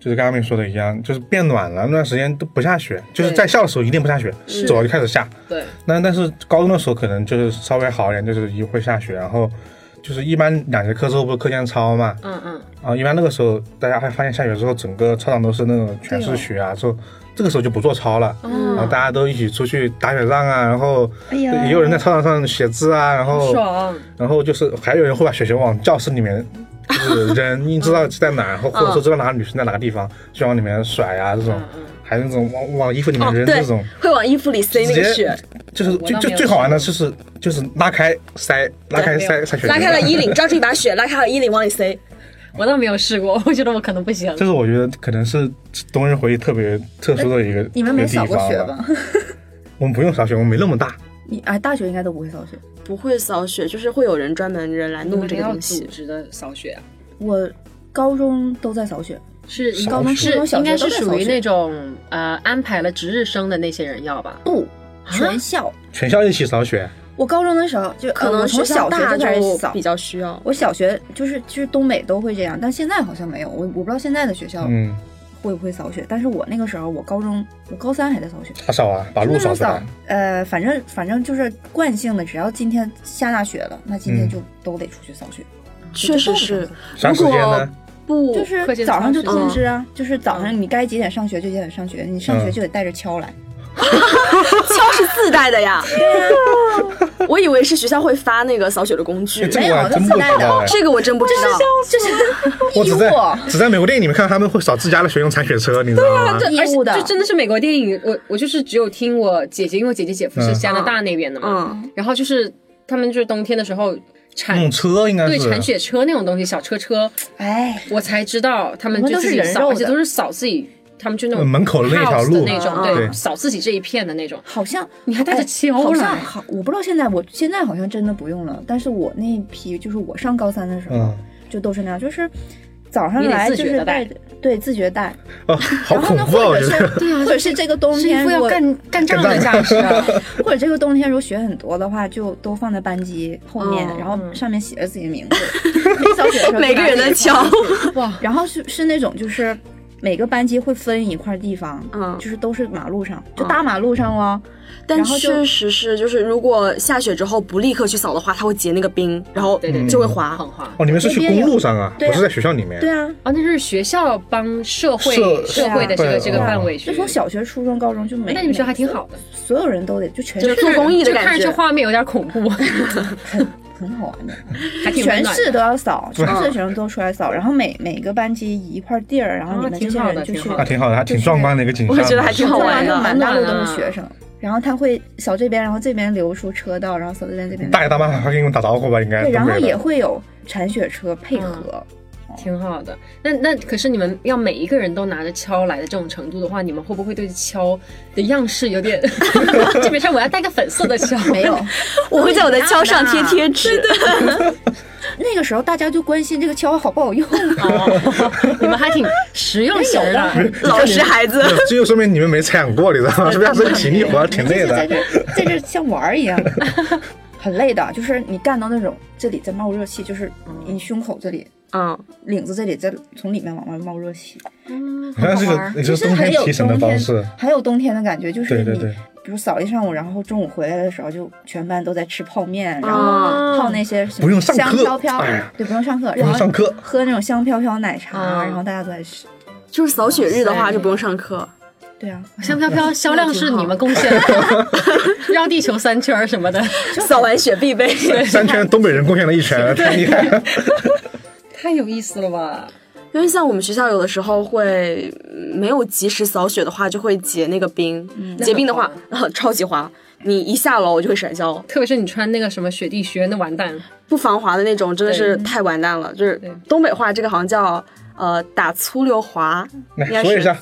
S5: 就是刚刚跟你说的一样，就是变暖了那段时间都不下雪，就是在校的时候一定不下雪，走了就开始下。
S3: 对，
S5: 那但是高中的时候可能就是稍微好一点，就是一会下雪，然后就是一般两节课之后不是课间操嘛，
S3: 嗯嗯，
S5: 啊，一般那个时候大家还发现下雪之后，整个操场都是那种全是雪啊，之后这个时候就不做操了，
S3: 嗯哦
S5: 然后大家都一起出去打雪仗啊，然后
S4: 哎呀
S5: 也有人在操场上写字啊，然后
S3: 爽。
S5: 然后就是还有人会把雪球往教室里面就是扔，你知道在哪，然后或者说知道哪个女生在哪个地方，就往里面甩啊这种，还有那种往往衣服里面
S2: 哦，
S5: 扔
S2: 对
S5: 这种，，
S2: 会往衣服里塞那个
S5: 直接
S2: 雪，
S5: 就是
S3: 我
S5: 就
S3: 倒
S5: 就
S3: 没有
S5: 最好玩的就
S3: 试
S5: 是就是拉开塞拉开塞塞雪球，
S2: 拉开了衣领，抓住一把雪，拉开了衣领往里塞。
S3: 我倒没有试过，我觉得我可能不行。
S5: 这是我觉得可能是冬日回忆特别特殊的一个
S4: 你们没扫过
S5: 一个
S4: 雪
S5: 地方啊
S4: 吧
S5: 吧？？我们不用扫雪，我们没那么大。
S4: 你哎，大学应该都不会扫雪。
S2: 不会扫雪，就是会有人专门人来弄这个东
S3: 组
S2: 西。
S3: 织的扫雪啊，
S4: 我高中都在扫雪，
S3: 是
S5: 扫高中雪
S3: 是
S4: 初中小
S3: 应该
S4: 学
S3: 是
S4: 都在
S3: 属
S4: 扫
S3: 于
S4: 雪
S3: 那种呃安排了值日生的那些人要吧？
S4: 不
S3: 啊
S4: 全校。
S5: 全校一起扫雪，
S4: 我高中的时候就
S2: 可
S4: 呃
S2: 能
S4: 我
S2: 学
S4: 从
S2: 校
S4: 小学
S2: 大
S4: 就开始
S2: 就
S4: 扫
S2: 比。较需要。
S4: 我小学就是就是东北都会这样，但现在好像没有。我我不知道现在的学校
S5: 嗯，
S4: 会不会扫雪，但是我那个时候我高中我高三还在扫雪。
S5: 咋扫啊？把路
S4: 那时
S5: 扫
S4: 候
S5: 出来
S4: 扫。，呃，反正反正就是惯性的，只要今天下大雪了，那今天
S5: 嗯
S4: 就都得出去扫雪。
S2: 确实是，
S5: 啥时间呢？
S2: 不
S4: 就是
S3: 哦课间
S4: 早上就
S3: 操嗯
S2: 时
S4: 通知啊，就是早上你该几点上学就几点上学，你上学
S5: 嗯
S4: 就得带着锹来。
S2: 锹是自带的呀。我以为是学校会发那个扫雪的工具
S5: 哎，这
S4: 没
S5: 个我
S4: 有
S5: 还真
S4: 那
S5: 不知
S4: 现在的
S5: 道哎。
S2: 这个我真不知道。
S5: 我只在
S4: 衣服
S5: 只在美国电影里面看到他们会扫自家的学用铲雪车，你知道吗？
S4: 义
S3: 而且
S4: 务的
S3: 就真的是美国电影，我我就是只有听我姐姐，因为我姐姐姐夫是
S5: 嗯
S3: 加拿大那边的嘛，
S2: 嗯，
S3: 然后就是他们就是冬天的时候铲
S5: 弄车应该
S3: 对
S4: 啊
S5: 是。
S3: 铲雪车那种东西，小车车，
S4: 哎，
S3: 我才知道他们
S4: 我们
S3: 就
S4: 都是
S3: 自己
S4: 人
S3: 扫，
S4: 肉
S3: 而且
S4: 的
S3: 都是扫自己，他们就那种
S5: 嗯门口的那
S3: house
S5: 条路
S3: 的那种，
S2: 嗯
S3: 对，
S5: 对
S3: 扫自己这一片的那种。
S4: 好像
S3: 你还带着
S4: 哎
S3: 锹
S4: 好
S3: 来
S4: 像好，我不知道现在，我现在好像真的不用了。但是我那批就是我上高三的时候，
S5: 嗯，
S4: 就都是那样，就是早上
S3: 你得
S4: 来
S3: 自
S4: 就
S3: 觉
S4: 是
S3: 地带
S4: 带着，对，自觉带。
S5: 哦，好
S4: 然后
S5: 恐
S4: 呢，
S5: 怖啊！
S4: 或
S5: 我
S4: 者
S5: 觉
S4: 是
S5: 得，
S3: 对啊，
S4: 或者是这个冬
S3: 是一
S4: 天
S3: 副要
S4: 我
S3: 干干仗的架势啊，
S4: 或者这个冬天如果雪很多的话，就都放在班级后面，
S2: 哦
S4: 然后上面写着自己的名 字，扫雪的时候就
S2: 每个人的
S4: 拿自 己放上去
S3: 哇，
S4: 然后是是那种就是每个班级会分一块地方，
S2: 嗯
S4: 就是都是马路上，就
S3: 嗯
S4: 大马路上哦，
S5: 嗯
S2: 但
S4: 然后就
S2: 确实是，就是如果下雪之后不立刻去扫的话，它会结那个冰，然后
S3: 对对对
S2: 就会
S3: 很
S2: 滑。
S3: 滑。
S5: 哦，你们是去公路上啊？
S4: 对啊
S5: 我是在学校里面。
S4: 对啊，
S3: 啊，那是学校帮社会
S5: 社
S3: 社会的这个
S5: 社会
S3: 这个
S2: 嗯
S3: 范围
S4: 就
S3: 去。
S4: 从小学、初中、高中就每
S3: 那你们学校还挺好的，
S4: 所有人都得就全
S2: 就是是做公益的
S3: 就看
S2: 感
S3: 着
S2: 觉
S3: 这。画面有点恐怖，
S4: 很好玩的，
S3: 还挺温
S4: 全
S3: 暖的
S4: 市都要扫，
S5: 对
S4: 全市的学生都出来扫，然后每每个班级一块地儿，然后你
S3: 啊
S4: 们
S3: 挺
S4: 这些
S3: 好的
S4: 人就
S3: 挺
S4: 去
S3: 好
S5: 啊，挺好的，还挺
S4: 就是
S5: 壮观的一个景象。
S2: 我觉得还挺好玩的
S4: 就满大路
S3: 很
S4: 都
S3: 暖
S4: 是
S3: 啊
S4: 学生。然后他会扫这边，然后这边留出车道，然后扫这边这边。
S5: 大爷大妈还跟你们打招呼吧，应该。
S4: 对，然
S5: 东
S4: 后
S5: 北的
S4: 也会有铲雪车配合。
S3: 挺好的。那那可是你们要每一个人都拿着锹来的这种程度的话，你们会不会对锹的样式有点？基本上我要带个粉色的锹，
S4: 没有，
S2: 我会在我的锹上贴贴纸。
S4: 那个时候大家就关心这个锹好不好用。
S3: 哦，你们还挺实用型的。
S2: 老实孩子，
S5: 对这就说明你们没铲过，你知道吗？是不是这个 体力活儿挺累
S4: 就是在
S5: 的？
S4: 这在这像玩儿一样，很累的。就是你干到那种这里在冒热气，就是你胸口这里、
S2: 嗯，
S4: 领子这里在从里面往外冒热气，
S5: 好像这个也就是冬天
S4: 很有
S5: 提神的
S4: 冬
S5: 方
S4: 天
S5: 式。
S4: 还有冬天的感觉，就是
S5: 对
S4: 你
S5: 对对
S4: 比如扫一上午，然后中午回来的时候就全班都在吃泡面，然后
S2: 啊，
S4: 泡那些什
S5: 不用
S4: 么
S5: 上
S4: 香
S5: 课
S4: 飘飘
S5: 哎呀，
S4: 对，不用上课，
S5: 不
S4: 然
S5: 用
S4: 后
S5: 上课，
S4: 喝那种香飘飘奶茶，
S3: 啊
S4: 然后大家都在吃。
S2: 就是扫雪日的话就不用上课。
S4: 对啊，
S3: 香飘飘销量是你们贡献的， 绕地球三圈儿什么的，
S2: 扫完雪必备。
S5: 三圈东北人贡献了一圈，太厉害了。
S3: 太有意思了吧？
S2: 因为像我们学校有的时候会嗯没有及时扫雪的话，就会结那个冰。
S4: 嗯
S2: 结冰的话， 啊超级滑，你一下楼就会闪消。
S3: 特别是你穿那个什么雪地靴，那完蛋。
S2: 不防滑的那种真的是太完蛋了。就是
S3: 对
S2: 东北话，这个好像叫呃打粗溜滑，应
S5: 来
S2: 该
S5: 说一
S2: 是
S5: 下。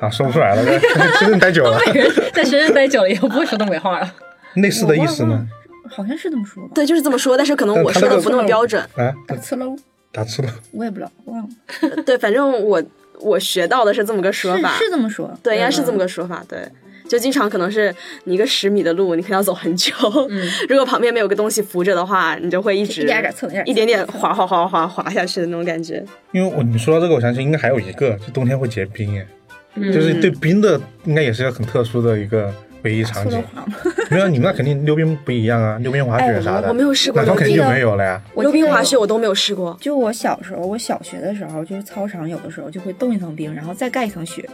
S5: 啊，说不出来 了，真的待久了，
S3: 在深圳待久了以后不会说东北话了。
S5: 类似的意思吗？
S4: 好像是这么说吧。
S2: 对，就是这么说，但是可能
S5: 但
S2: 我
S5: 他
S2: 说
S5: 这
S2: 的不
S5: 个
S2: 那么标准。
S5: 啊，
S4: 打呲喽，
S5: 打错了，
S4: 我也不知道，忘了，
S2: 对，反正我我学到的是这么个说法
S4: 是，是这么说。
S2: 对，应该是这么个说法，对。就经常可能是你一个十米的路，你可能要走很久。 如果旁边没有个东西扶着的话，你就会一直
S4: 一点点蹭一点点
S2: 一点点滑滑滑滑滑下去的那种感觉。
S5: 因为我你说到这个，我相信应该还有一个，就冬天会结冰，哎，
S3: 嗯
S5: 就是对冰的应该也是一个很特殊的一个回忆场
S4: 呲喽
S5: 景。
S4: 话嘛。
S5: 没有，你们那肯定溜冰不一 样啊，溜冰滑雪啥
S3: 哎
S5: 的，
S2: 哎我没有试过
S5: 南方肯定
S4: 我
S5: 就
S4: 记得
S5: 没有了呀。
S4: 我
S2: 溜
S4: 记
S2: 冰、
S4: 得
S2: 滑
S4: 有
S2: 雪我都没有试过。
S4: 就我小时候，我小学的时候，就是操场有的时候就会冻一层冰，然后再盖一层雪。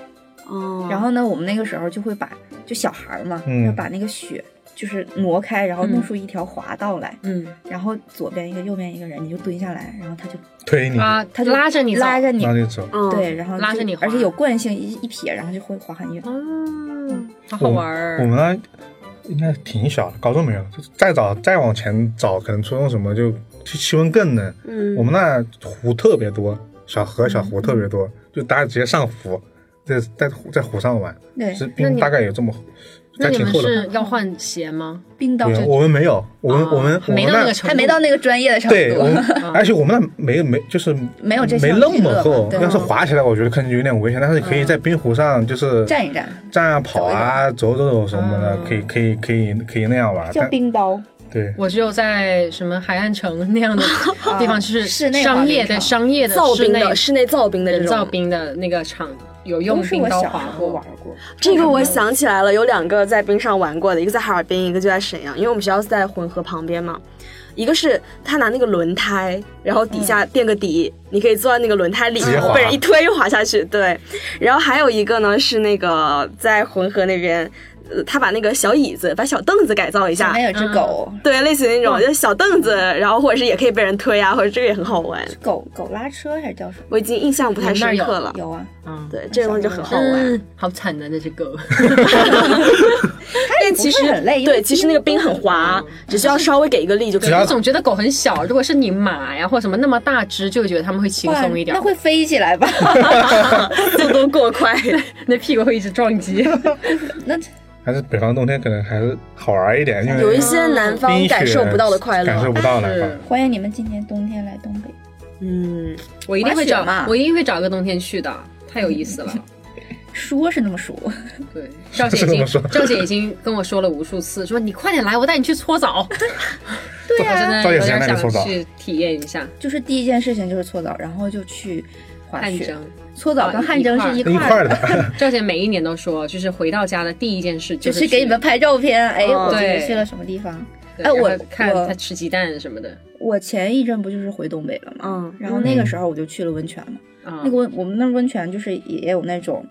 S2: 哦，
S4: 然后呢，我们那个时候就会把就小孩儿嘛，
S5: 嗯
S4: 要把那个雪就是挪开，然后弄出一条滑道来，
S3: 嗯
S4: 然后左边一个，右边一个人，你就蹲下来，然后他就
S5: 推你，
S3: 啊，
S4: 他就
S3: 拉着你走
S4: 拉着你
S5: 那，就走。
S2: 嗯，
S4: 对，然后
S3: 拉
S4: 就
S3: 着你滑
S4: 而且有惯性，一一撇，然后就会滑很远。
S3: 嗯，好
S5: 我
S3: 好玩
S5: 我
S3: 儿。
S5: 们那应该挺小的，高中没有，就再早再往前找，可能初中什么就气气温更冷。
S2: 嗯
S5: 我们那湖特别多，小河小湖特别多，
S3: 嗯
S5: 就大家直接上湖，在在湖在湖上玩，
S4: 对，
S5: 是
S3: 那
S5: 冰
S3: 你
S5: 大概有这么，
S3: 那
S5: 还
S3: 你
S5: 挺
S3: 们
S5: 厚的。
S3: 是要换鞋吗？
S4: 冰岛
S5: 没有我们没有，我们、
S3: 啊
S5: 我们我
S3: 没
S5: 们
S3: 到那
S5: 那
S3: 个程度，
S4: 还哦没到那个专业的程
S5: 对，我
S4: 度嗯
S5: 们。而且我们那没没就是
S4: 没有这项
S5: 没那么
S4: 娱乐
S5: 厚
S4: 嘛，对嗯
S5: 要是滑起来，我觉得可能有点危险。但是可以在冰湖上就是
S4: 站一站，
S5: 站啊、跑啊、走走走什么的
S3: 嗯，
S5: 可以可以可以可以那样玩。但
S4: 冰刀，
S5: 对，
S3: 我只有在什么海岸城那样 的地方，就是
S4: 啊室内滑
S3: 商业
S4: 冰场
S3: 的商业的
S2: 造
S3: 室
S2: 冰
S3: 内
S2: 的室内造冰的这
S3: 人造
S2: 种，
S3: 冰的那个场有用
S4: 都是
S3: 冰
S4: 我
S3: 刀
S4: 小
S3: 滑
S4: 时候
S3: 过。
S4: 玩过。
S2: 这个我想起来了，有两个在冰上玩过的，一个在哈尔滨，一个就在沈阳，因为我们学校是在浑河旁边嘛。一个是他拿那个轮胎，然后底下垫个底，你可以坐在那个轮胎里
S5: 直接
S2: 头，
S5: 滑
S2: 被人一推滑下去。对，然后还有一个呢是那个在浑河那边，呃，他把那个小椅子、把小凳子改造一
S4: 前
S2: 下
S4: 面，有只
S3: 嗯
S4: 狗，
S2: 对，类似于那种就是小凳子，然后或者是也可以被人推啊，或者这个也很好玩。
S4: 狗狗拉车还是叫什么？
S2: 我已经印象不太深刻了。
S4: 有啊，
S3: 嗯，
S2: 对，这个东西就很好玩。
S3: 嗯，好惨的那只狗。
S2: 但其实
S4: 不会很累因为
S2: 对，其实那个冰很
S4: 嗯
S2: 滑，只需要稍微给一个力就可以
S5: 只要
S2: 了
S3: 我。总觉得狗很小，如果是你马呀或什么那么大只，就会觉得它们会轻松一点
S4: 那，会飞起来吧？
S2: 速度过快。
S3: 那屁股会一直撞击。
S4: 那
S5: 还是北方冬天可能还是好玩一点，因为
S2: 有一些南
S5: 冰
S2: 方
S5: 雪
S2: 感受不到的快
S5: 感受
S2: 乐，
S5: 不到南
S3: 是
S5: 方。，
S4: 欢迎你们今年冬天来东北。
S2: 嗯，
S3: 我一定会找
S4: 滑雪嘛，
S3: 我一定会找个冬天去的，太有意思 了。
S4: 说是那么说，
S3: 对，赵姐已
S5: 是这么
S3: 经
S5: 说
S3: 赵姐已经跟我说了无数次，说你快点来，我带你去搓澡。
S4: 对
S3: 我真
S4: 啊，
S3: 的有点想去体验一下
S4: 就是第一件事情就是搓澡，然后就去滑
S3: 汗
S4: 雪。
S3: 蒸。
S4: 搓澡跟汗蒸是一
S5: 一块
S4: 儿
S5: 儿，的，
S3: 赵姐每一年都说，就是回到家的第一件事
S4: 就
S3: 去
S4: 是给你们拍照片。哎，
S2: 嗯
S4: 我今天
S3: 对
S4: 去了什么地方？
S3: 对
S4: 哎我
S3: 然后看
S4: 我
S3: 她吃鸡蛋什么的。
S4: 我前一阵不就是回东北了吗？
S2: 嗯
S4: 然后那个时候我就去了温泉嘛。
S3: 啊，
S4: 那个温我们那儿温泉就是也有那种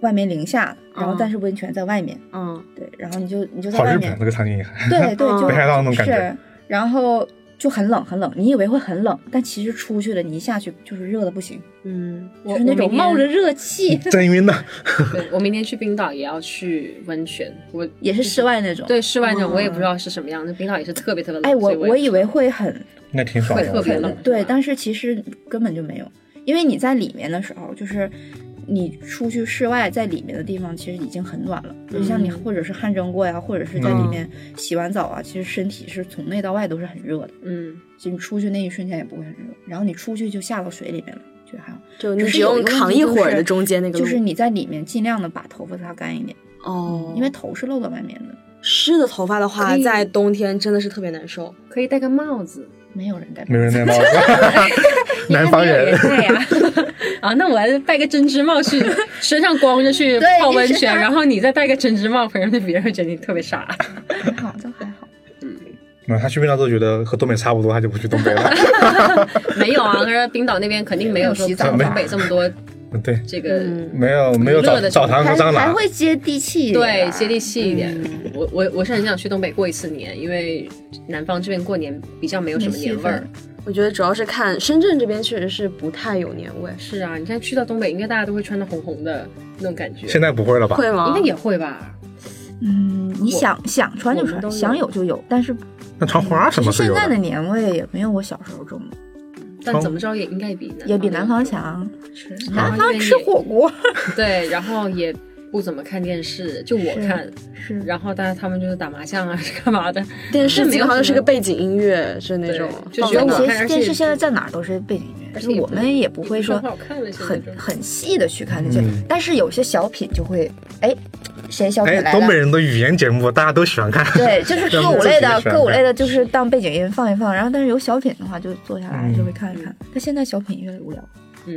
S4: 外面零下的，然后
S2: 嗯
S4: 但是温泉在外面，
S2: 嗯，
S4: 对，然后你就你就在
S5: 好
S4: 外
S5: 日
S4: 面
S5: 本，那个场 景也
S4: 对对，
S2: 嗯
S4: 就
S5: 北海道那种感觉
S4: 是，然后就很冷很冷，你以为会很冷，但其实出去了，你一下去就是热的不行，
S2: 嗯，
S3: 我
S4: 就是那种冒着。热 气，
S5: 真晕的。
S3: 我明天对，我明天去冰岛也要去温泉，我
S4: 也是室外那种。，
S3: 对室外那种我也不知道是什么样的，冰岛也是特别特别冷。
S4: 哎，我
S3: 所
S4: 我
S3: 也
S4: 以为会很
S5: 应该挺爽的，
S3: 会特别
S5: 我觉得
S3: 冷
S4: 对，但是其实根本就没有，因为你在里面的时候，就是你出去室外，在里面的地方其实已经很暖了。就像
S3: 嗯
S4: 你或者是汗蒸过呀，或者是在
S5: 嗯
S4: 里面洗完澡啊，其实身体是从内到外都是很热的。
S3: 嗯，
S4: 就你出去那一瞬间也不会很热，然后你出去就下到水里面了，就还好。
S2: 就你
S4: 只是
S2: 只
S4: 有
S2: 用
S4: 个问
S2: 扛
S4: 题
S2: 一
S4: 就
S2: 会儿
S4: 是
S2: 的中间那个路，
S4: 就是你在里面尽量的把头发擦干一点，
S2: 哦，
S4: 因为头是露在外面的，
S2: 湿的头发的
S3: 可
S2: 话，
S3: 以
S2: 在冬天真的是特别难受。
S3: 可以戴个帽子。
S4: 没有人戴。
S5: 没人戴帽 子，南方人。
S4: 对呀、
S3: 啊，那我还戴个针织帽 去，身上光着去
S4: 对
S3: 泡
S4: 你
S3: 温
S4: 身
S3: 泉，
S4: 上
S3: 然后你再戴个针织帽，朋友们别人会觉得你特别傻。
S4: 还好，都还好。
S5: 嗯，他去冰岛之后觉得和东北差不多，他就不去东北 了。
S3: 没有啊，而冰岛那边肯定没有说
S4: 没有洗澡
S3: 像
S5: 吧
S3: 东北这么多
S5: 嗯对，
S3: 这个。
S5: 没有没有
S3: 娱乐
S5: 澡
S3: 的
S5: 澡堂和
S4: 还
S5: 蟑
S4: 还
S5: 螂，
S4: 会接地气一点
S3: 对嗯
S4: 啊，
S3: 接地气一点。我我我是很想去东北过一次年，因为南方这边过年比较没有什么
S4: 没气
S3: 年味儿
S4: 氛。
S2: 我觉得主要是看深圳这边确实是不太有年味，
S3: 是啊，你看去到东北，应该大家都会穿的红红的那种感觉。
S5: 现在不会了吧？
S2: 会
S3: 应
S2: 吗
S3: 该？也会吧？
S4: 嗯，你
S3: 我
S4: 想想穿就
S3: 我们都
S4: 穿，
S3: 有
S4: 想有就有，但是嗯
S5: 那传花什么是
S4: 现
S5: 有
S4: 在
S5: 的
S4: 的？年味也没有我小时候重，
S3: 但怎么着也应该比南
S4: 也比南方
S3: 强。
S4: 强。
S3: 南
S4: 南
S3: 方
S4: 方
S3: 也
S4: 吃火锅
S3: 对，然后也不怎么看电视，就我看。
S4: 是
S3: 然后大家他们就是打麻将啊， 是干嘛的？
S2: 电视
S3: 没
S2: 基
S3: 有
S2: 本上就
S3: 什
S2: 是
S3: 么
S2: 个背景音乐，是那
S3: 对
S2: 种
S3: 就
S2: 放
S3: 觉
S2: 在
S3: 得
S4: 有
S2: 那
S3: 我看而
S4: 些
S3: 且
S4: 电视现在在哪儿都是背景音乐，
S3: 而且
S4: 就
S3: 也
S4: 我
S3: 不
S4: 们也不会说
S3: 也不是很好看了现在
S4: 很
S3: 就是
S4: 很细的去看那些
S5: 嗯，
S4: 但是有些小品就会，哎，谁小品
S5: 哎
S4: 来，了
S5: 东？北人的语言节目大家都喜欢看。
S4: 对， 就是
S5: 让
S4: 歌
S5: 我
S4: 舞
S5: 自己
S4: 类
S5: 也
S4: 的，
S5: 喜欢
S4: 歌舞类
S5: 看
S4: 的就是当背景音放一放，然后但是有小品的话就坐下来
S5: 嗯
S4: 就会看一看。但现在小品越来越无聊，
S3: 嗯，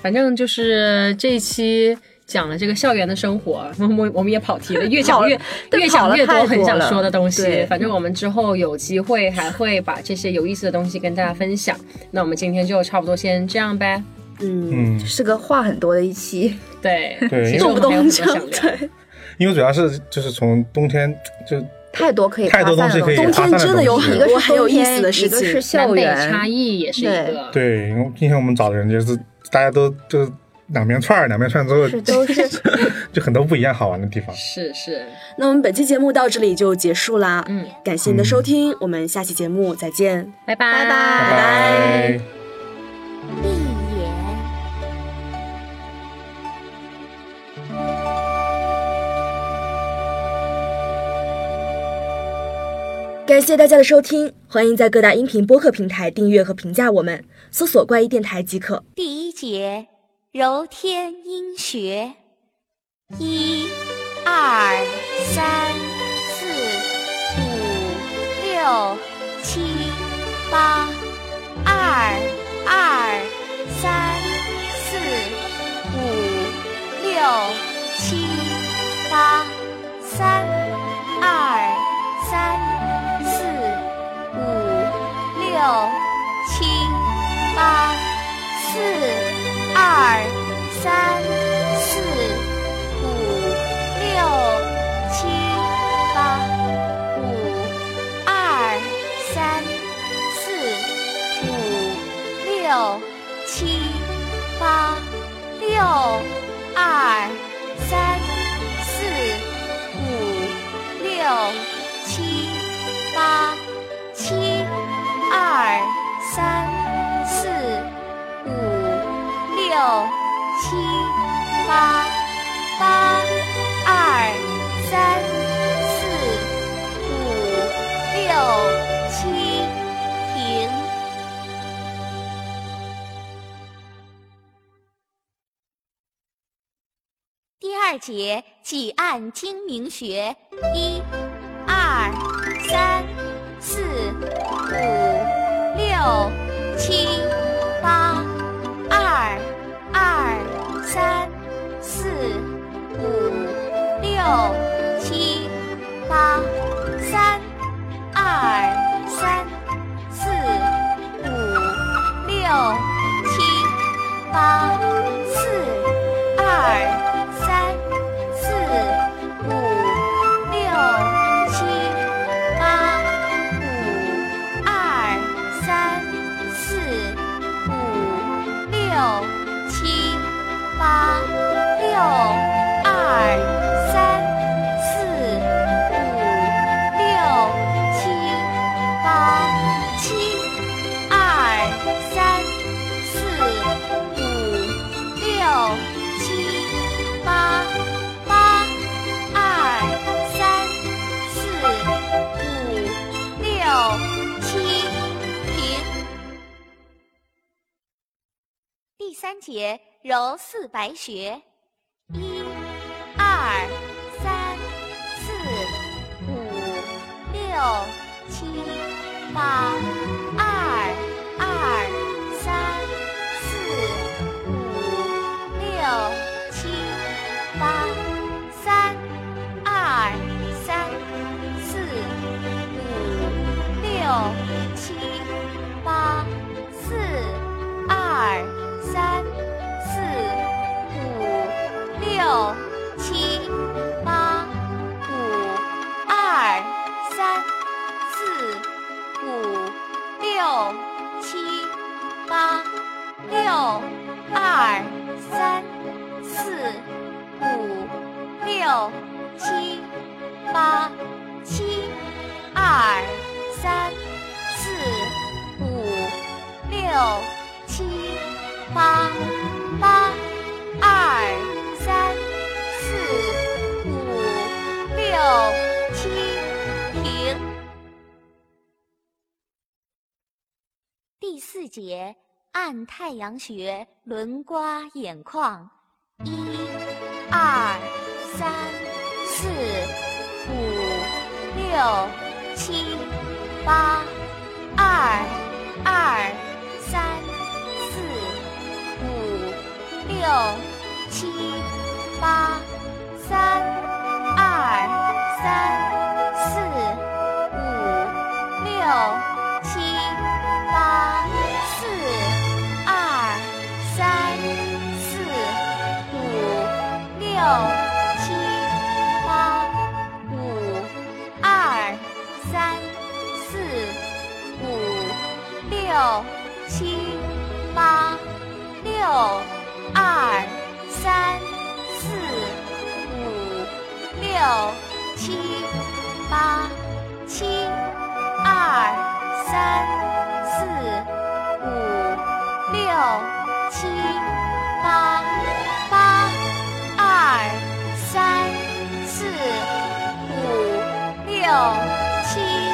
S3: 反正就是这一期。讲了这个校园的生活，我们我们也跑题了，越讲越
S4: 对
S3: 越讲越
S4: 跑了太多
S3: 很想
S4: 了
S3: 说的东西
S4: 对。
S3: 反正我们之后有机会还会把这些有意思的东西跟大家分享。那我们今天就差不多先这样呗。
S2: 嗯，
S5: 嗯，
S4: 是个话很多的一期。
S3: 对，
S5: 对
S3: 其实
S2: 动
S3: 我
S2: 不
S3: 们还
S2: 动
S3: 有很
S2: 就
S3: 多想聊。
S2: 对。
S5: 因为主要是就是从冬天就
S4: 太多可以
S5: 太多
S4: 发
S5: 东
S4: 散
S5: 西可以
S4: 东
S2: 冬
S4: 西
S5: 发
S2: 天
S5: 散的
S2: 真的有
S5: 东西
S2: 很
S4: 一个
S2: 多
S4: 是
S2: 很有
S4: 冬
S2: 意
S4: 天
S2: 思的事
S4: 一个是
S2: 情。
S4: 校
S3: 南北
S4: 园
S3: 差异也是一个，
S5: 对，因为今天我们找的人就是大家都就是两边串儿，两边串之后
S4: 是都是
S5: 就很多不一样好玩的地方。
S3: 是是，
S2: 那我们本期节目到这里就结束啦，
S3: 嗯，
S2: 感谢你的收听，我们下期节目再见。
S3: 拜拜
S2: 拜拜
S5: 拜拜。
S6: 闭眼。
S2: 感谢大家的收听，欢迎在各大音频播客平台订阅和评价我们，搜索“怪异电台”即可。
S6: 第一节揉天音学，一、二、三、四、五、六、七、八，二、二、三、四、五、六、七、八，三、二、三、四、五、六、七、八。四二三四五六七八五二三四五六七八六二三四五六七八七二三四。五六七八八二三四五六七停。第二节几按精明学，一、二、三、四、五、六、七、八、二、二、三、四、五、六、七、八、三、二、三、四、五、六、七、八、四、二、三、四、五、六、七、八、五、二、三、四。五六七八六二三四五六七八七二三四五六七八八二三四五六七停。第三节揉四白穴，一、二、三、四、五、六、七、八，二、二、三、四、五、六、七、八，三、二、三、四、五、六、七、八，四、二、三、四、五、六、七、八、五、二、三、四、五、六、七、八、六、二、三、四、五、六、七、八、七、二、三、四、五。六七八八二三四五六七停。第四节按太阳穴轮刮眼眶，一二三四五六七八二二三四五六七八三二三四五六七八四二三四五六七八五二三四五六。七八六二三、四、五、六、七、八、七、二、三、四、五、六、七、八、八、二、三、四、五、六、七。